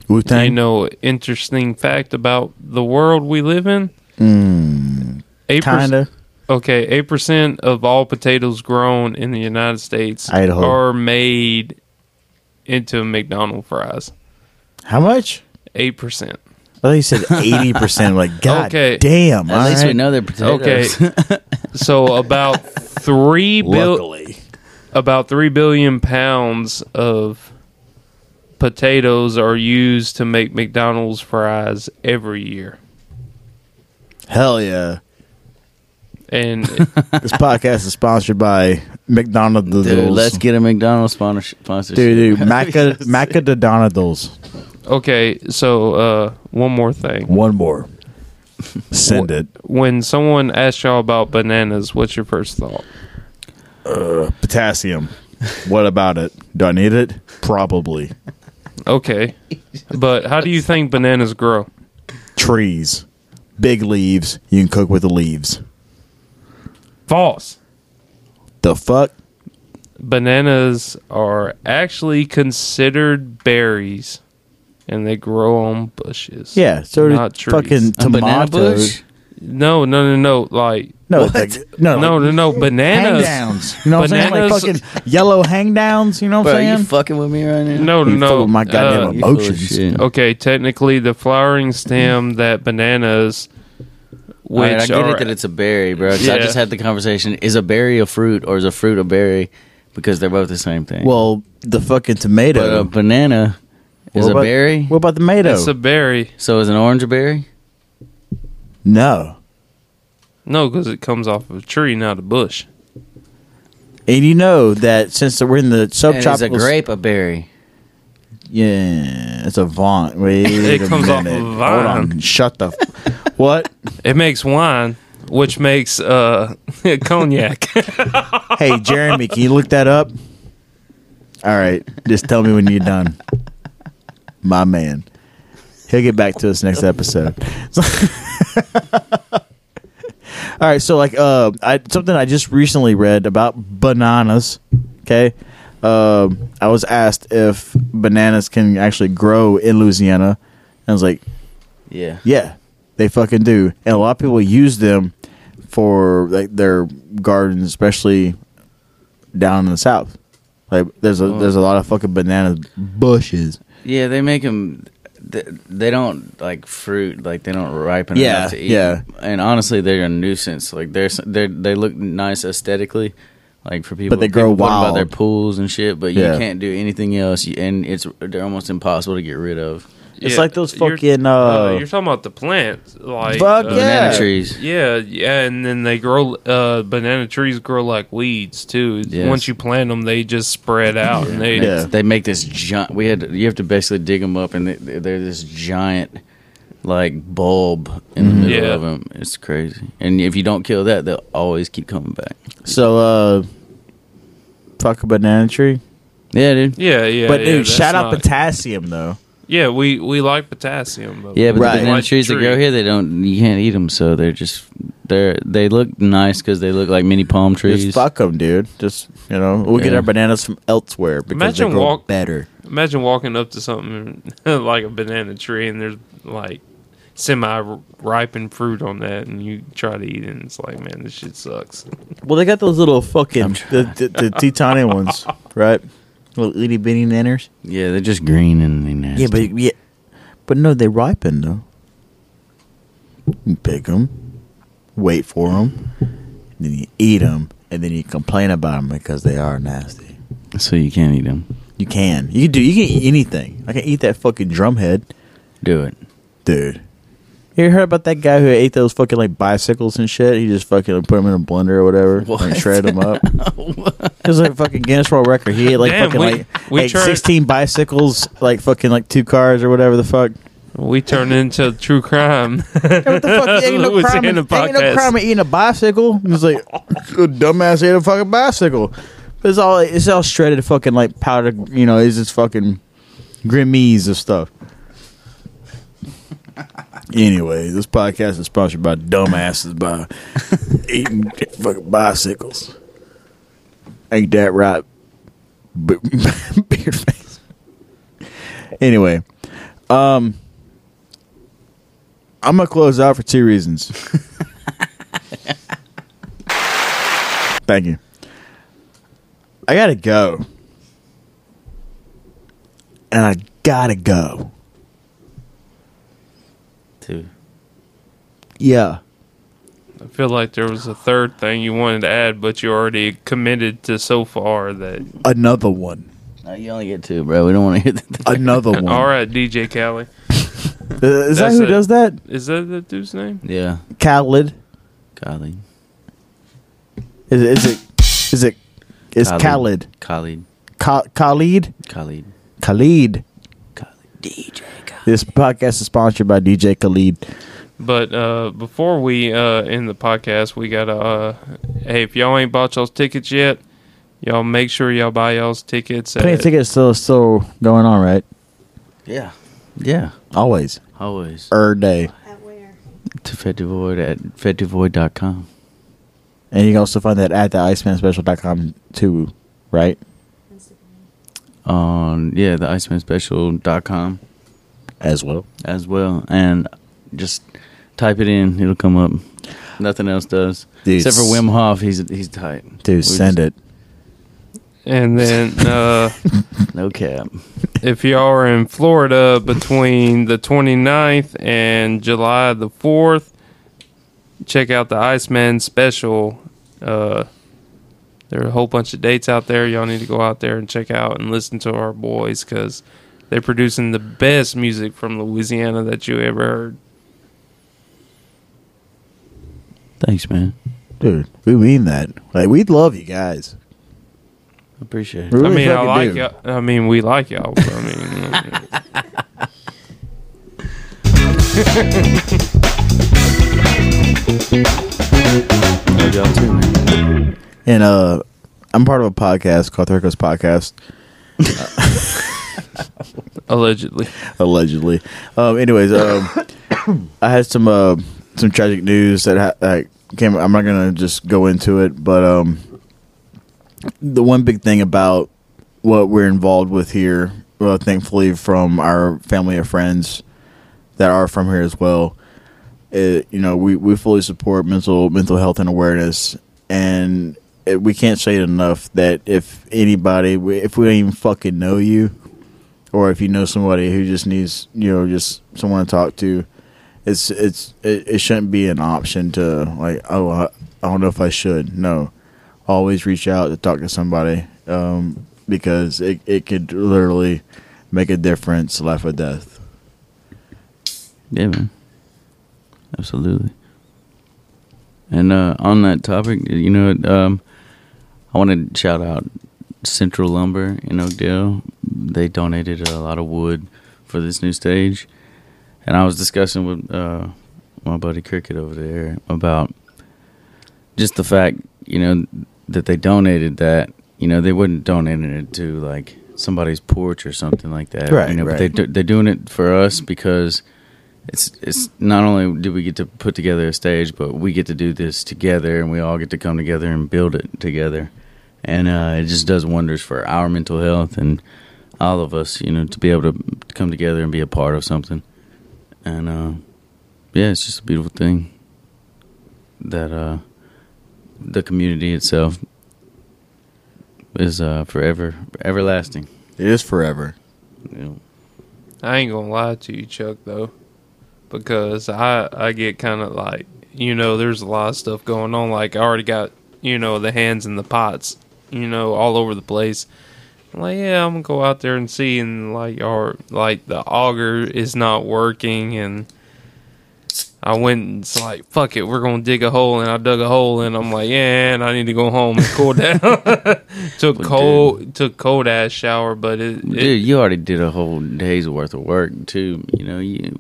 Speaker 3: Wu
Speaker 2: do you
Speaker 3: Tang.
Speaker 2: know interesting fact about the world we live in?
Speaker 4: Hmm.
Speaker 3: Mm,
Speaker 2: Eight perc-
Speaker 3: kinda.
Speaker 2: Okay, eight percent of all potatoes grown in the United States
Speaker 3: Idaho.
Speaker 2: are made into McDonald's fries.
Speaker 3: How much?
Speaker 2: Eight percent.
Speaker 3: I thought you said eighty percent. Like God
Speaker 2: <laughs> Okay.
Speaker 3: damn.
Speaker 4: At
Speaker 3: all
Speaker 4: least we
Speaker 3: right.
Speaker 4: know they're <laughs> potatoes.
Speaker 2: Okay. So about
Speaker 3: <laughs>
Speaker 2: three bill
Speaker 3: Luckily.
Speaker 2: about three billion pounds of potatoes are used to make McDonald's fries every year.
Speaker 3: Hell yeah. <laughs>
Speaker 4: <laughs>
Speaker 2: And
Speaker 3: This podcast is sponsored by McDonald's.
Speaker 4: Dude, let's get a McDonald's sponsor- sponsorship.
Speaker 3: Dude,
Speaker 4: <laughs>
Speaker 3: dude, Maca, Maca the Donald's.
Speaker 2: okay, so uh, one more thing.
Speaker 3: One more. Send it.
Speaker 2: When someone asks y'all about bananas, what's your first thought?
Speaker 3: Potassium. What about it? Do I need it? Probably.
Speaker 2: Okay. But how do you think bananas grow?
Speaker 3: Trees. Big leaves. You can cook with the leaves.
Speaker 2: False.
Speaker 3: The fuck?
Speaker 2: Bananas are actually considered berries and they grow on bushes.
Speaker 3: Yeah. So do
Speaker 2: Not trees.
Speaker 3: fucking
Speaker 4: A banana
Speaker 3: tomatoes.
Speaker 4: bush?
Speaker 2: No, no, no, no. Like,
Speaker 3: No, it's like, no,
Speaker 2: no,
Speaker 3: no.
Speaker 2: no, no.
Speaker 3: Hang
Speaker 2: Bananas.
Speaker 3: downs. You know what I'm
Speaker 2: Bananas-
Speaker 3: saying? Like fucking yellow hang downs. You know what
Speaker 4: Bro, are
Speaker 3: I'm
Speaker 4: you
Speaker 3: saying?
Speaker 4: fucking with me right now?
Speaker 2: No, no,
Speaker 3: You
Speaker 2: no.
Speaker 3: fool, my goddamn
Speaker 2: Uh,
Speaker 4: You full of
Speaker 3: emotions.
Speaker 4: shit.
Speaker 2: okay, technically, the flowering stem that bananas,
Speaker 4: All
Speaker 2: which
Speaker 4: right, I get
Speaker 2: are,
Speaker 4: it that it's a berry, bro. 'cause I
Speaker 2: Yeah.
Speaker 4: just had the conversation: is a berry a fruit or is a fruit a berry? Because they're both the same thing.
Speaker 3: well, the fucking
Speaker 4: but uh,
Speaker 3: tomato
Speaker 4: a banana is
Speaker 3: What
Speaker 4: a
Speaker 3: about-
Speaker 4: berry.
Speaker 3: What about the tomato?
Speaker 2: it's a berry.
Speaker 4: So is an orange a berry?
Speaker 3: no.
Speaker 2: No, because it comes off of a tree, not a bush.
Speaker 3: And you know that since we're in the
Speaker 4: And is a
Speaker 3: subtropical,
Speaker 4: grape a berry?
Speaker 3: yeah, it's a vaunt.
Speaker 2: <laughs>
Speaker 3: Wait, a
Speaker 2: comes off
Speaker 3: minute.
Speaker 2: of a
Speaker 3: Hold on,
Speaker 2: vine.
Speaker 3: shut the f- what?
Speaker 2: It makes wine, which makes uh, <laughs> cognac. <laughs>
Speaker 3: Hey, Jeremy, can you look that up? All right, just tell me when you're done, my man. He'll get back to us next episode. <laughs> So- All right, so like uh, I, something I just recently read about bananas. Okay, um, I was asked if bananas can actually grow in Louisiana, and I was like,
Speaker 4: Yeah.
Speaker 3: yeah, they fucking do. And a lot of people use them for like their gardens, especially down in the south. Like there's a there's a lot of fucking banana bushes.
Speaker 4: Yeah, they make them. They, they don't like fruit. Like they don't ripen
Speaker 3: Yeah,
Speaker 4: enough to eat.
Speaker 3: yeah.
Speaker 4: and honestly, they're a nuisance. Like they're s- they're they look nice aesthetically. Like for people,
Speaker 3: But they grow
Speaker 4: people complain about
Speaker 3: wild.
Speaker 4: their pools and shit. But
Speaker 3: Yeah.
Speaker 4: you can't do anything else, you- and it's they're almost impossible to get rid of.
Speaker 3: It's
Speaker 2: Yeah,
Speaker 3: like those
Speaker 2: you're-
Speaker 3: fucking
Speaker 2: Uh,
Speaker 3: uh,
Speaker 2: you're talking about the plant, like
Speaker 3: Fuck
Speaker 2: uh,
Speaker 3: Yeah.
Speaker 4: Banana trees.
Speaker 2: Yeah, yeah, and then they grow. Uh, banana trees grow like weeds too.
Speaker 4: Yes.
Speaker 2: Once you plant them, they just spread out, and they
Speaker 3: Yeah.
Speaker 4: They make this giant. We had you have to basically dig them up, and they, they're they're this giant like bulb in the
Speaker 3: Mm-hmm.
Speaker 4: middle
Speaker 2: Yeah.
Speaker 4: of them. It's crazy. And if you don't kill that, they'll always keep coming back.
Speaker 3: so uh, fuck a banana tree.
Speaker 4: Yeah, dude.
Speaker 2: yeah, yeah.
Speaker 3: but
Speaker 2: yeah,
Speaker 3: dude,
Speaker 2: that's
Speaker 3: shout out
Speaker 2: not-
Speaker 3: potassium though.
Speaker 2: Yeah, we we like potassium. But
Speaker 4: Yeah, but
Speaker 3: Right.
Speaker 4: the banana
Speaker 2: Like
Speaker 4: trees that
Speaker 2: tree.
Speaker 4: grow here, they don't. You can't eat them, so they're just they're they look nice because they look like mini palm trees.
Speaker 3: Just fuck them, dude. Just you know, we'll get
Speaker 4: Yeah.
Speaker 3: our bananas from elsewhere because
Speaker 2: Imagine
Speaker 3: they grow
Speaker 2: walk-
Speaker 3: better.
Speaker 2: Imagine walking up to something <laughs> like a banana tree and there's like semi ripened fruit on that, and you try to eat it, and it's like, man, this shit sucks.
Speaker 3: Well, they got those little fucking
Speaker 4: I'm
Speaker 3: <laughs> the, the, the Titanic ones, right? Little itty bitty nanners.
Speaker 4: Yeah, they're just green and they nasty.
Speaker 3: Yeah, but yeah, but no, they ripen though. You pick them, wait for them, then you eat them, and then you complain about them because they are nasty.
Speaker 4: so you can't eat them.
Speaker 3: You can, you can do, you can eat anything. I can eat that fucking drumhead,
Speaker 4: Do it.
Speaker 3: dude. You heard about that guy who ate those fucking like bicycles and shit? He just fucking put them in a blender or whatever and
Speaker 4: What?
Speaker 3: shredded them
Speaker 2: <laughs>
Speaker 3: up. it was like fucking Guinness World Record. He ate like
Speaker 2: Damn,
Speaker 3: fucking
Speaker 2: we-
Speaker 3: like,
Speaker 2: we
Speaker 3: like
Speaker 2: tried-
Speaker 3: sixteen bicycles, like fucking like two cars or whatever the fuck.
Speaker 2: We turn into true crime. <laughs>
Speaker 3: what the fuck? Ain't no, crime in,
Speaker 2: Louisiana
Speaker 3: ain't no
Speaker 2: podcast.
Speaker 3: crime in eating a bicycle. It's like <laughs> "You dumbass ate a fucking bicycle. But it's all it's all shredded fucking like powder. You know, it's just fucking grimmies of stuff. <laughs> Anyway, this podcast is sponsored by dumbasses by eating <laughs> fucking bicycles. Ain't that right? <laughs> Be- Beard face. Anyway, um, I'm gonna close out for two reasons. Thank you. I gotta go, and I gotta go.
Speaker 4: Too.
Speaker 3: Yeah,
Speaker 2: I feel like there was a third thing you wanted to add, but you already committed to so far that.
Speaker 3: another one,
Speaker 4: No, you only get two, bro. We don't want to hit that.
Speaker 3: another one.
Speaker 2: <laughs> All right, DJ Cali,
Speaker 3: Uh, is that
Speaker 2: That's
Speaker 3: who
Speaker 2: it.
Speaker 3: does that?
Speaker 2: is that the dude's name?
Speaker 4: Yeah,
Speaker 3: Khaled.
Speaker 4: Khalid.
Speaker 3: Is it? Is it? Is it? Is Khaled?
Speaker 4: Khalid.
Speaker 3: Ka- Khalid.
Speaker 4: Khalid.
Speaker 3: Khalid.
Speaker 4: Khalid. DJ Khalid.
Speaker 3: This podcast is sponsored by DJ Khalid.
Speaker 2: But uh, before we uh, end the podcast, we gotta. Uh, hey, if y'all ain't bought y'all's tickets yet, y'all make sure y'all buy y'all's tickets.
Speaker 3: Plenty
Speaker 2: At,
Speaker 3: of tickets still still going on, right?
Speaker 4: Yeah. Yeah.
Speaker 3: Always.
Speaker 4: Always.
Speaker 3: Er day.
Speaker 7: At where?
Speaker 4: To FedDevoid at FedDevoid.com.
Speaker 3: And you can also find that at the IcemanSpecial.com too, right?
Speaker 7: Instagram.
Speaker 4: On, yeah, the IcemanSpecial.com
Speaker 3: As well.
Speaker 4: as well. And just type it in, it'll come up. Nothing else does.
Speaker 3: Dude,
Speaker 4: Except for
Speaker 3: s-
Speaker 4: Wim Hof, he's he's tight.
Speaker 3: Dude, send it.
Speaker 2: and then uh,
Speaker 4: it. No cap.
Speaker 2: if y'all are in Florida between the 29th and July the 4th, check out the Iceman special. Uh, there are a whole bunch of dates out there. Y'all need to go out there and check out and listen to our boys because they're producing the best music from Louisiana that you ever heard.
Speaker 4: Thanks, man.
Speaker 3: Dude, we mean that. Like we love you guys.
Speaker 4: Appreciate
Speaker 3: We
Speaker 4: it.
Speaker 2: I
Speaker 3: really
Speaker 2: mean, I
Speaker 3: fucking
Speaker 2: like
Speaker 3: do.
Speaker 2: y'all. I mean, we like y'all. But I mean, <laughs> uh,
Speaker 4: Love y'all too, man.
Speaker 3: And uh I'm part of a podcast called Thurko's Podcast,
Speaker 2: allegedly.
Speaker 3: <laughs> allegedly. Um anyways, um I had some uh some tragic news that ha- that came I'm not gonna just go into it, but um the one big thing about what we're involved with here, well, thankfully from our family of friends that are from here as well, it, you know, we, we fully support mental mental health and awareness, and it, we can't say it enough that if anybody, we- if we don't even fucking know you, or if you know somebody who just needs, you know, just someone to talk to, it's it's it, it shouldn't be an option to like, oh, I, I don't know if I should. No, always reach out to talk to somebody, um, because it it could literally make a difference, life or death.
Speaker 4: <laughs> Yeah, man. Absolutely. And uh, on that topic, you know, um, I want to shout out Central Lumber in Oakdale. They donated a lot of wood for this new stage, and I was discussing with uh, my buddy Cricket over there about just the fact, you know, that they donated that. You know, they wouldn't donate it to like somebody's porch or something like that.
Speaker 3: Right,
Speaker 4: You know, but
Speaker 3: right.
Speaker 4: they do, they're doing it for us because it's it's not only do we get to put together a stage, but we get to do this together, and we all get to come together and build it together, and uh, it just does wonders for our mental health and all of us, you know, to be able to come together and be a part of something, and uh, yeah, it's just a beautiful thing that uh, the community itself is uh, forever everlasting.
Speaker 3: It is forever. <laughs>
Speaker 4: You know.
Speaker 2: I ain't gonna lie to you, Chuck, though, because I I get kind of like you know, there's a lot of stuff going on. Like I already got you know the hands in the pots, you know, all over the place. I'm like yeah, I'm gonna go out there and see, and like or like the auger is not working, and I went and it's like fuck it, we're gonna dig a hole, and I dug a hole, and I'm like yeah, and I need to go home and cool <laughs> down. took
Speaker 4: Well,
Speaker 2: cold took cold ass shower, but it, it
Speaker 4: Dude, you already did a whole day's worth of work too. You know, you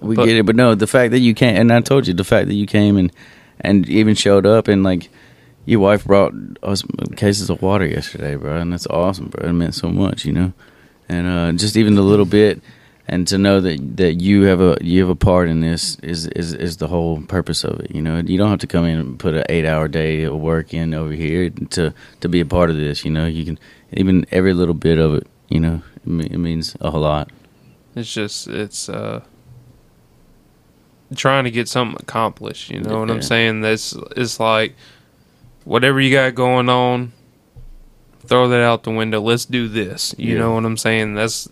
Speaker 4: we
Speaker 2: But-
Speaker 4: get it, but no, the fact that you came and I told you the fact that you came and and even showed up and like your wife brought us cases of water yesterday, bro, and that's awesome, bro. It meant so much, you know, and uh, just even the little bit, and to know that that you have a you have a part in this is is is the whole purpose of it. You know, you don't have to come in and put an eight hour day of work in over here to to be a part of this. You know, you can even every little bit of it. You know, it, me- it means a whole lot.
Speaker 2: It's just it's uh trying to get something accomplished, you know what I'm
Speaker 4: Yeah.
Speaker 2: saying? That's it's like whatever you got going on, throw that out the window. Let's do this. You
Speaker 4: Yeah.
Speaker 2: know what I'm saying? That's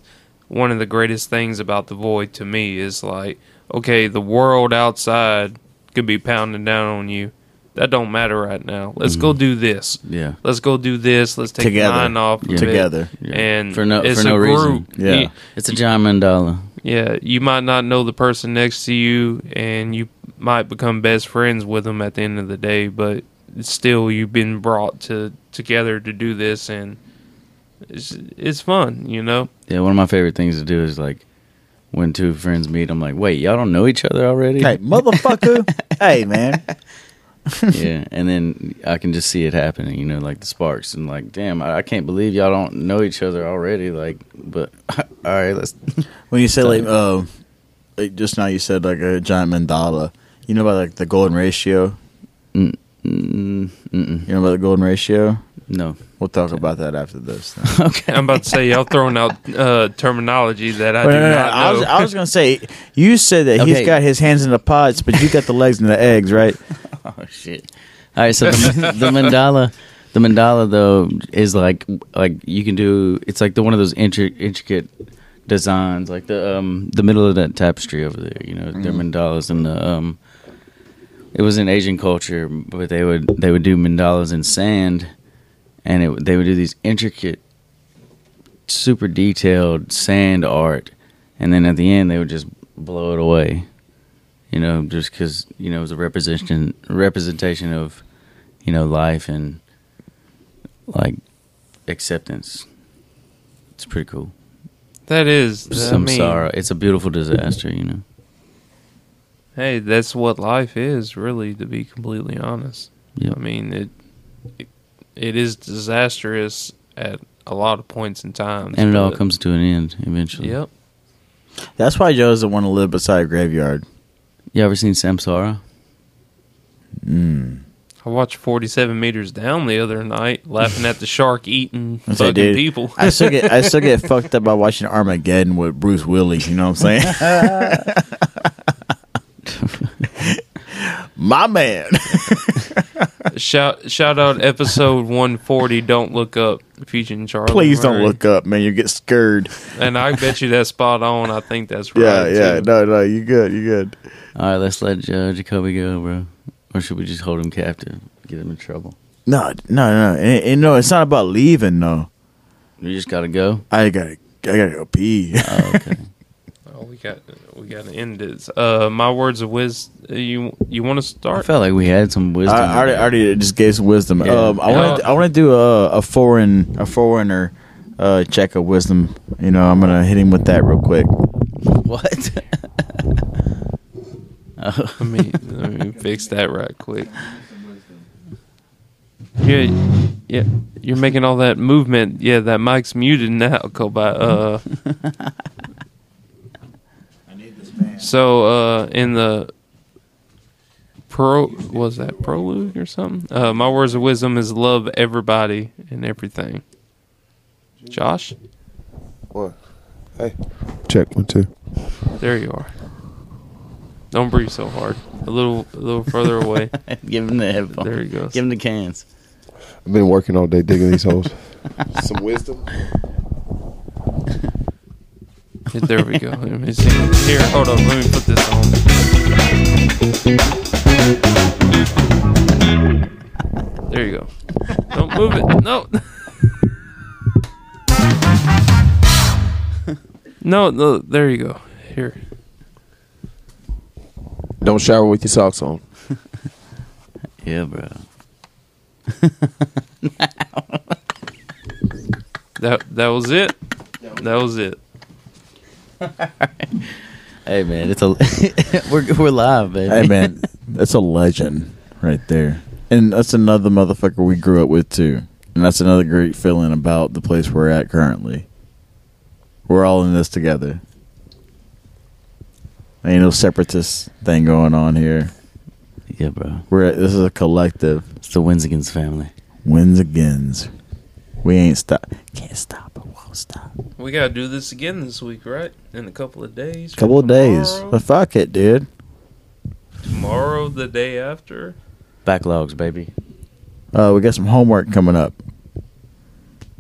Speaker 2: one of the greatest things about the void to me is like, okay, the world outside could be pounding down on you. That don't matter right now. Let's go
Speaker 4: Mm-hmm.
Speaker 2: do this.
Speaker 4: Yeah.
Speaker 2: Let's go do this. Let's take
Speaker 3: Together.
Speaker 2: mine off of it.
Speaker 3: Together.
Speaker 4: Yeah.
Speaker 2: And
Speaker 4: For no-
Speaker 2: it's
Speaker 4: for no
Speaker 2: a
Speaker 4: reason.
Speaker 2: group.
Speaker 3: Yeah.
Speaker 2: You-
Speaker 4: It's a John Mandala.
Speaker 2: yeah, you might not know the person next to you, and you might become best friends with them at the end of the day. But still, you've been brought to together to do this, and it's it's fun, you know.
Speaker 4: Yeah, one of my favorite things to do is like when two friends meet, I'm like, wait, y'all don't know each other already?
Speaker 3: Hey,
Speaker 4: <laughs>
Speaker 3: motherfucker. hey, man.
Speaker 4: yeah, and then I can just see it happening, you know, like the sparks and like, damn, I, I can't believe y'all don't know each other already. Like, but <laughs> all
Speaker 3: <laughs>
Speaker 4: right, let's.
Speaker 3: When you say like, uh, like just now you said like a giant mandala. You know about like the golden ratio.
Speaker 4: Mm, mm, mm-mm.
Speaker 3: You know about the golden ratio.
Speaker 4: no. <laughs>
Speaker 3: We'll talk about that after this.
Speaker 4: okay.
Speaker 2: I'm about to say y'all throwing out uh, terminology that I
Speaker 3: Wait,
Speaker 2: do
Speaker 3: no, no, no.
Speaker 2: not
Speaker 3: I was
Speaker 2: know.
Speaker 3: I was gonna say you said that
Speaker 4: Okay.
Speaker 3: he's got his hands in the pots, but you got the legs in the eggs, right?
Speaker 4: <laughs> Oh shit! All right, so the, the mandala, the mandala though is like like you can do. It's like the one of those intri- intricate designs, like the um the middle of that tapestry over there. You know, they're mandalas and the um. It was in Asian culture, but they would they would do mandalas in sand, and it, they would do these intricate, super detailed sand art, and then at the end they would just blow it away you know, just because you know it was a representation representation of you know life and like acceptance. It's pretty cool.
Speaker 2: that is, I
Speaker 4: Some
Speaker 2: mean,
Speaker 4: sorrow. It's a beautiful disaster, you know.
Speaker 2: hey, that's what life is, really. To be completely honest,
Speaker 4: Yeah.
Speaker 2: I mean it, it. It is disastrous at a lot of points in time,
Speaker 4: And it all
Speaker 2: but-
Speaker 4: comes to an end eventually.
Speaker 2: Yep.
Speaker 3: That's why Joe's the one to live beside a graveyard.
Speaker 4: You ever seen Samsara?
Speaker 2: I watched 47 meters down the other night, laughing at the shark
Speaker 3: <laughs>
Speaker 2: eating
Speaker 3: I say,
Speaker 2: fucking
Speaker 3: dude,
Speaker 2: people.
Speaker 3: I still get I still
Speaker 2: <laughs>
Speaker 3: get fucked up by watching Armageddon with Bruce Willis. You know what I'm saying? my man.
Speaker 2: Shout shout out episode 140. Don't look up featuring
Speaker 3: <laughs>
Speaker 2: Charlie.
Speaker 3: Please don't
Speaker 2: Murray.
Speaker 3: look up, man. You get scared.
Speaker 2: And I bet you that's spot on. I think that's
Speaker 3: <laughs>
Speaker 2: right.
Speaker 3: Yeah, yeah.
Speaker 2: too.
Speaker 3: No, no. You good. You good.
Speaker 4: All right, let's let uh, Jacoby go, bro. Or should we just hold him captive, get him in trouble?
Speaker 3: No, no, no. And, and no, it's not about leaving though.
Speaker 4: We just gotta go.
Speaker 3: I gotta, I gotta go pee.
Speaker 4: Oh,
Speaker 3: <laughs>
Speaker 4: okay.
Speaker 2: Oh, we got we got to end this. Uh, my words of wisdom. You you want to
Speaker 4: I
Speaker 2: start?
Speaker 4: felt like we had some wisdom.
Speaker 3: I, I already, I already just gave some wisdom.
Speaker 4: Yeah.
Speaker 3: Um, I
Speaker 2: Yeah.
Speaker 3: want to, I want to do a, a foreign, a foreigner uh, check of wisdom. You know, I'm gonna hit him with that real quick. <laughs>
Speaker 4: <laughs> What? oh.
Speaker 2: Let me let me fix that right quick. Yeah, yeah. You're making all that movement. Yeah, that mic's muted now, Kobe. Uh, so uh, in the pro was that prologue or something? Uh, my words of wisdom is love everybody and everything. Josh,
Speaker 5: Check one two.
Speaker 2: there you are. Don't breathe so hard. A little, a little further away.
Speaker 4: <laughs> Give him the headphones.
Speaker 2: There he goes.
Speaker 4: Give him the cans.
Speaker 5: I've been working all day digging these holes. <laughs> Some wisdom.
Speaker 2: There we go. Let me see. Here, hold on. Let me put this on. There you go. Don't move it. No. No, no, there you go. Here.
Speaker 5: Don't shower with your socks on.
Speaker 4: <laughs> Yeah, bro.
Speaker 2: That that was it. That was it.
Speaker 4: Hey, man, it's a <laughs> we're we're live, baby.
Speaker 3: Hey <laughs> man, that's a legend right there, and that's another motherfucker we grew up with too, and that's another great feeling about the place we're at currently. We're all in this together. Ain't no separatist thing going on here.
Speaker 4: <laughs> Yeah, bro.
Speaker 3: We're at, this is a collective.
Speaker 4: It's the Winsigans family.
Speaker 3: Wins agains. We ain't stop. Can't stop, but won't stop.
Speaker 2: We gotta do this again this week, right? In a couple of days.
Speaker 3: Couple of days,
Speaker 2: Tomorrow,
Speaker 3: but fuck it, dude.
Speaker 2: tomorrow the day after.
Speaker 4: Backlogs, baby.
Speaker 3: Uh, we got some homework coming up.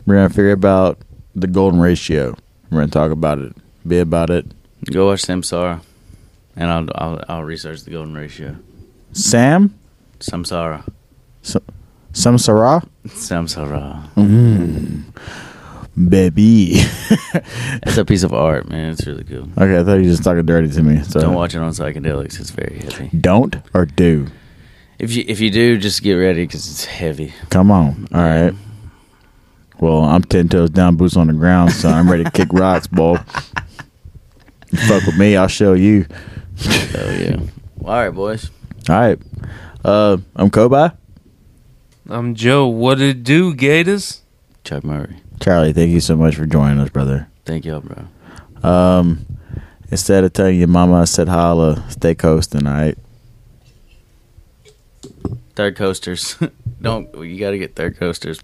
Speaker 3: We're gonna figure about the golden ratio. We're gonna talk about it, be about it.
Speaker 4: Go watch Samsara, and I'll I'll, I'll research the golden ratio.
Speaker 3: Sam,
Speaker 4: Samsara, <laughs>
Speaker 3: Samsara,
Speaker 4: Samsara.
Speaker 3: Mm-hmm. <laughs> baby.
Speaker 4: It's a piece of art, man. It's really cool.
Speaker 3: okay, I thought you were just talking dirty to me. So
Speaker 4: Don't watch it on psychedelics. It's very heavy.
Speaker 3: Don't or do.
Speaker 4: If you if you do, just get ready because it's heavy.
Speaker 3: Come on. All right. Well, I'm ten toes down, boots on the ground, so I'm ready to kick rocks, boy. You fuck with me, I'll show you.
Speaker 4: So yeah. Well, all right, boys.
Speaker 3: All right. Uh, I'm Kobe.
Speaker 2: I'm Joe. What it do, Gators?
Speaker 4: Chuck Murray.
Speaker 3: Charlie, thank you so much for joining us, brother.
Speaker 4: Thank y'all, bro.
Speaker 3: Um, instead of telling your mama, I said holla, stay coasting, all right?
Speaker 4: Third coasters. <laughs> Don't you got to get third coasters.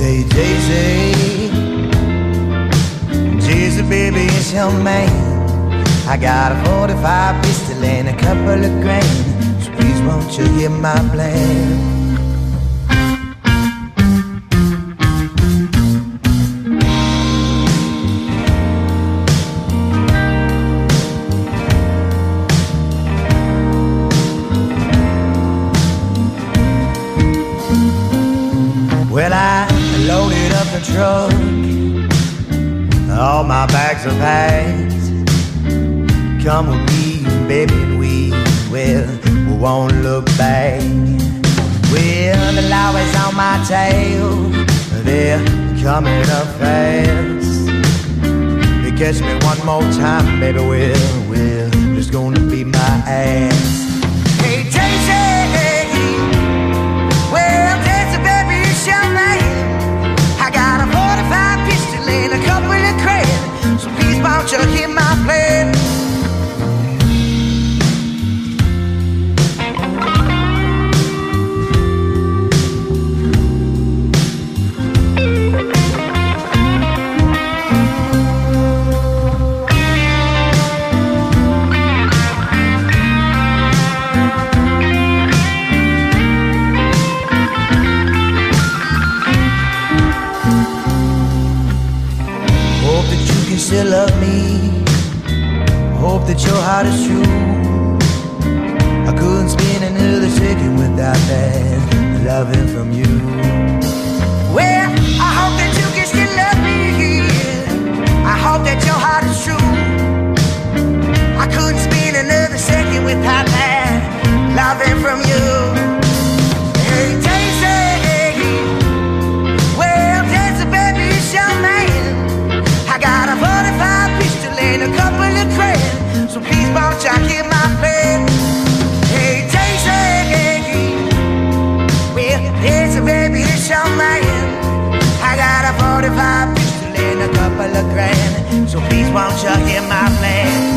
Speaker 8: Hey Daisy, Daisy baby it's your man. I got a 45 pistol and a couple of grand. So please won't you hear my plan? Well I loaded up the truck, all my bags are packed. Come with me,
Speaker 9: baby, we will, we won't look back. Well, the law is on my tail, they're coming up fast. You catch me one more time, baby, well, well, there's gonna be my ass. Hey, Daisy, well, Daisy, baby, you shall make. I got a 45 pistol and a couple of crates, so please won't you hear my plan? Hope that you can still love me. Hope that your heart is true. I couldn't spend another second without that loving from you. Well, I hope that you can still love me. I hope that your heart is true. I couldn't spend another second without that loving from you. Hey, Daisy, well, Daisy, baby, it's your man. I got a 45 pistol and a couple of cranes, so please won't you hear my plan? Hey, Daisy, well, Daisy, baby, it's your man. I got a 45 pistol and a couple of grand, so please won't you hear my plan?